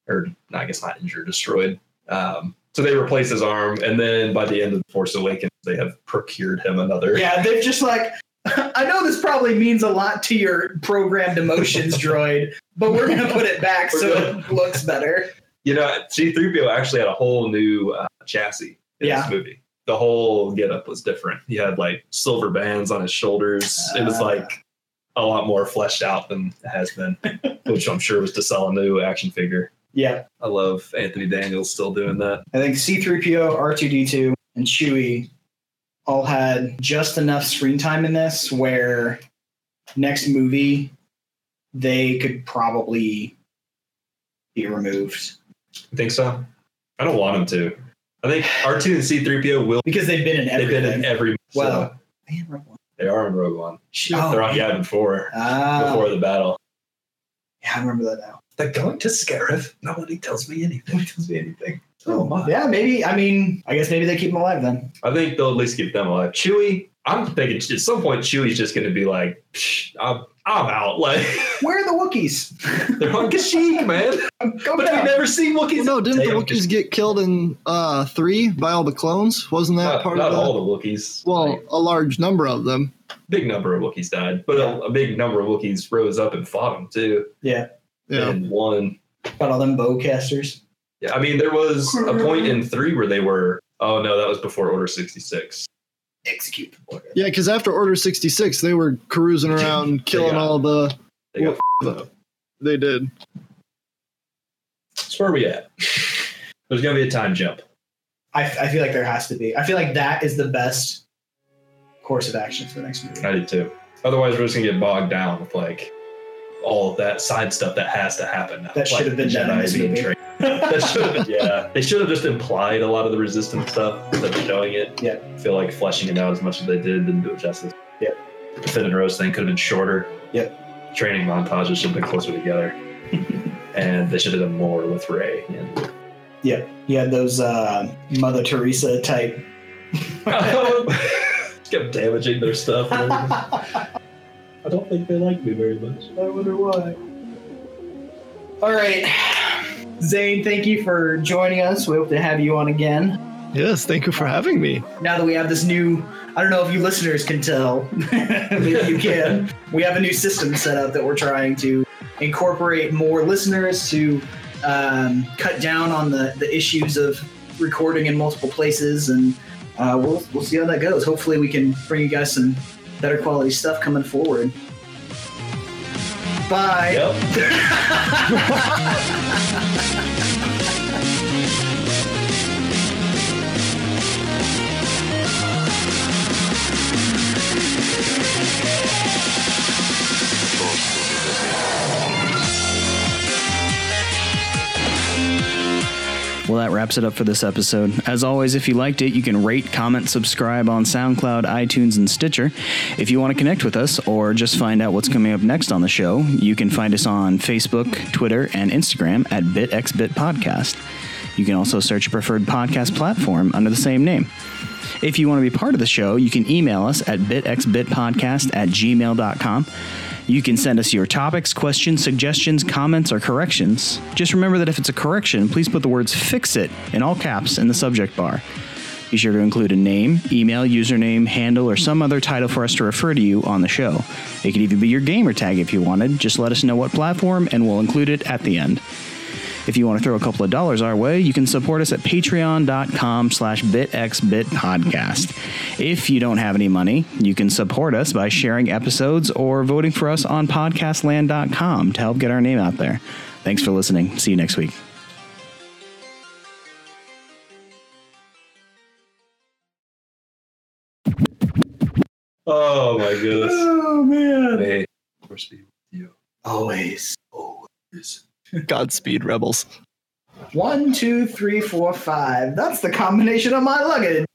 Speaker 2: or no, I guess not injured, destroyed. Um, so they replace his arm, and then by the end of the Force Awakens, they have procured him another.
Speaker 1: Yeah, they're just like, I know this probably means a lot to your programmed emotions droid, but we're gonna put it back so it looks better.
Speaker 2: You know, C-3PO actually had a whole new uh, chassis in
Speaker 1: Yeah.
Speaker 2: this movie. The whole getup was different. He had like silver bands on his shoulders. it was
Speaker 1: Ah.
Speaker 2: like a lot more fleshed out than it has been, which I'm sure was to sell a new action figure.
Speaker 1: Yeah,
Speaker 2: I love Anthony Daniels still doing that.
Speaker 1: I think C3PO, R2D2, and Chewie all had just enough screen time in this where next movie they could probably be removed
Speaker 2: You think so? I don't want him to. I think R2 and C-3PO will.
Speaker 1: because they've been in everything.
Speaker 2: They've been in every.
Speaker 1: Well,
Speaker 2: so
Speaker 1: Man, Rogue One.
Speaker 2: they are in Rogue One.
Speaker 1: Oh,
Speaker 2: They're on Yavin 4
Speaker 1: ah,
Speaker 2: before the battle.
Speaker 1: yeah, I remember that now.
Speaker 2: They're going to Scarif. Nobody tells me anything. Nobody tells me anything. Oh my.
Speaker 1: Yeah, maybe. I mean, I guess maybe they keep him alive then.
Speaker 2: I think they'll at least keep them alive. Chewie, I'm thinking at some point Chewie's just going to be like, "Psh, I'm, I'm out. Like,
Speaker 1: Where are the Wookiees?
Speaker 2: they're on Kashyyyk, man.
Speaker 1: I'm going
Speaker 2: But we
Speaker 1: down.
Speaker 2: never see Wookiees.
Speaker 3: No, didn't the
Speaker 2: Damn.
Speaker 3: Wookiees get killed in uh three by all the clones? Wasn't that
Speaker 2: Not,
Speaker 3: part
Speaker 2: not
Speaker 3: of the,
Speaker 2: all the Wookiees.
Speaker 3: Well,
Speaker 2: Like,
Speaker 3: a large number of them.
Speaker 2: big number of Wookiees died, but a, a big number of Wookiees rose up and fought them too.
Speaker 3: Yeah.
Speaker 2: And won.
Speaker 1: Got all them bowcasters.
Speaker 2: Yeah, I mean, there was a point in three where they were, oh no, that was before Order 66.
Speaker 1: Execute the order.
Speaker 3: Yeah, because after Order 66, they were cruising around, killing
Speaker 2: Yeah.
Speaker 3: all the.
Speaker 2: They got
Speaker 3: Well,
Speaker 2: f***ed up.
Speaker 3: They did.
Speaker 2: That's where we at. There's gonna be a time jump.
Speaker 1: I, I feel like there has to be. I feel like that is the best course of action for the next movie.
Speaker 2: I do too. Otherwise, we're just gonna get bogged down with like all of that side stuff that has to happen. now.
Speaker 1: That should
Speaker 2: Like,
Speaker 1: have been
Speaker 2: the
Speaker 1: done in
Speaker 2: Jedi
Speaker 1: this
Speaker 2: being
Speaker 1: movie.
Speaker 2: trained. That should have been. Yeah, they should have just implied a lot of the resistance stuff instead of showing it.
Speaker 1: Yeah.
Speaker 2: I feel like fleshing it out as much as they did didn't do it justice.
Speaker 1: Yeah.
Speaker 2: The Finn and Rose thing could have been shorter.
Speaker 1: Yeah.
Speaker 2: Training montages should have been closer together, and they should have done more with Ray.
Speaker 1: He had those uh, Mother Teresa type.
Speaker 2: just kept damaging their stuff. and everything. I don't think they like me very much.
Speaker 1: I wonder why. All right. Zane, thank you for joining us. We hope to have you on again.
Speaker 3: Yes, thank you for having me.
Speaker 1: now that we have this new i don't know if you listeners can tell maybe you can we have a new system set up that we're trying to incorporate more listeners to um, cut down on the, the issues of recording in multiple places and uh, we'll, we'll see how that goes hopefully we can bring you guys some better quality stuff coming forward bye
Speaker 2: Yep.
Speaker 1: Well, that wraps it up for this episode. As always, if you liked it, you can rate, comment, subscribe on SoundCloud, iTunes, and Stitcher. If you want to connect with us or just find out what's coming up next on the show, you can find us on Facebook, Twitter, and Instagram at BitXBit Podcast. You can also search your preferred podcast platform under the same name. If you want to be part of the show, you can email us at bitxbitpodcast at gmail.com. You can send us your topics, questions, suggestions, comments, or corrections. Just remember that if it's a correction, please put the words fix it in all caps in the subject bar. Be sure to include a name, email, username, handle, or some other title for us to refer to you on the show. It could even be your gamer tag if you wanted. Just let us know what platform, and we'll include it at the end. If you want to throw a couple of dollars our way, you can support us at patreon.com slash bitxbitpodcast. If you don't have any money, you can support us by sharing episodes or voting for us on podcastland.com to help get our name out there. Thanks for listening. See you next week.
Speaker 2: Oh my goodness.
Speaker 4: Oh man.
Speaker 2: May the force be with you.
Speaker 4: Always.
Speaker 2: Always.
Speaker 3: Godspeed, rebels.
Speaker 4: One, two, three, four, five. That's the combination of my luggage.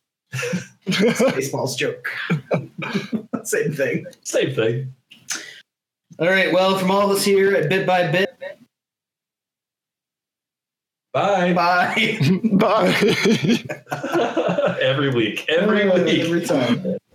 Speaker 4: Baseball's joke. Same thing.
Speaker 2: Same thing.
Speaker 4: All right. Well, from all of us here at Bit by Bit,
Speaker 2: Bye.
Speaker 4: bye.
Speaker 3: Bye.
Speaker 2: every week. Every week.
Speaker 4: Every time.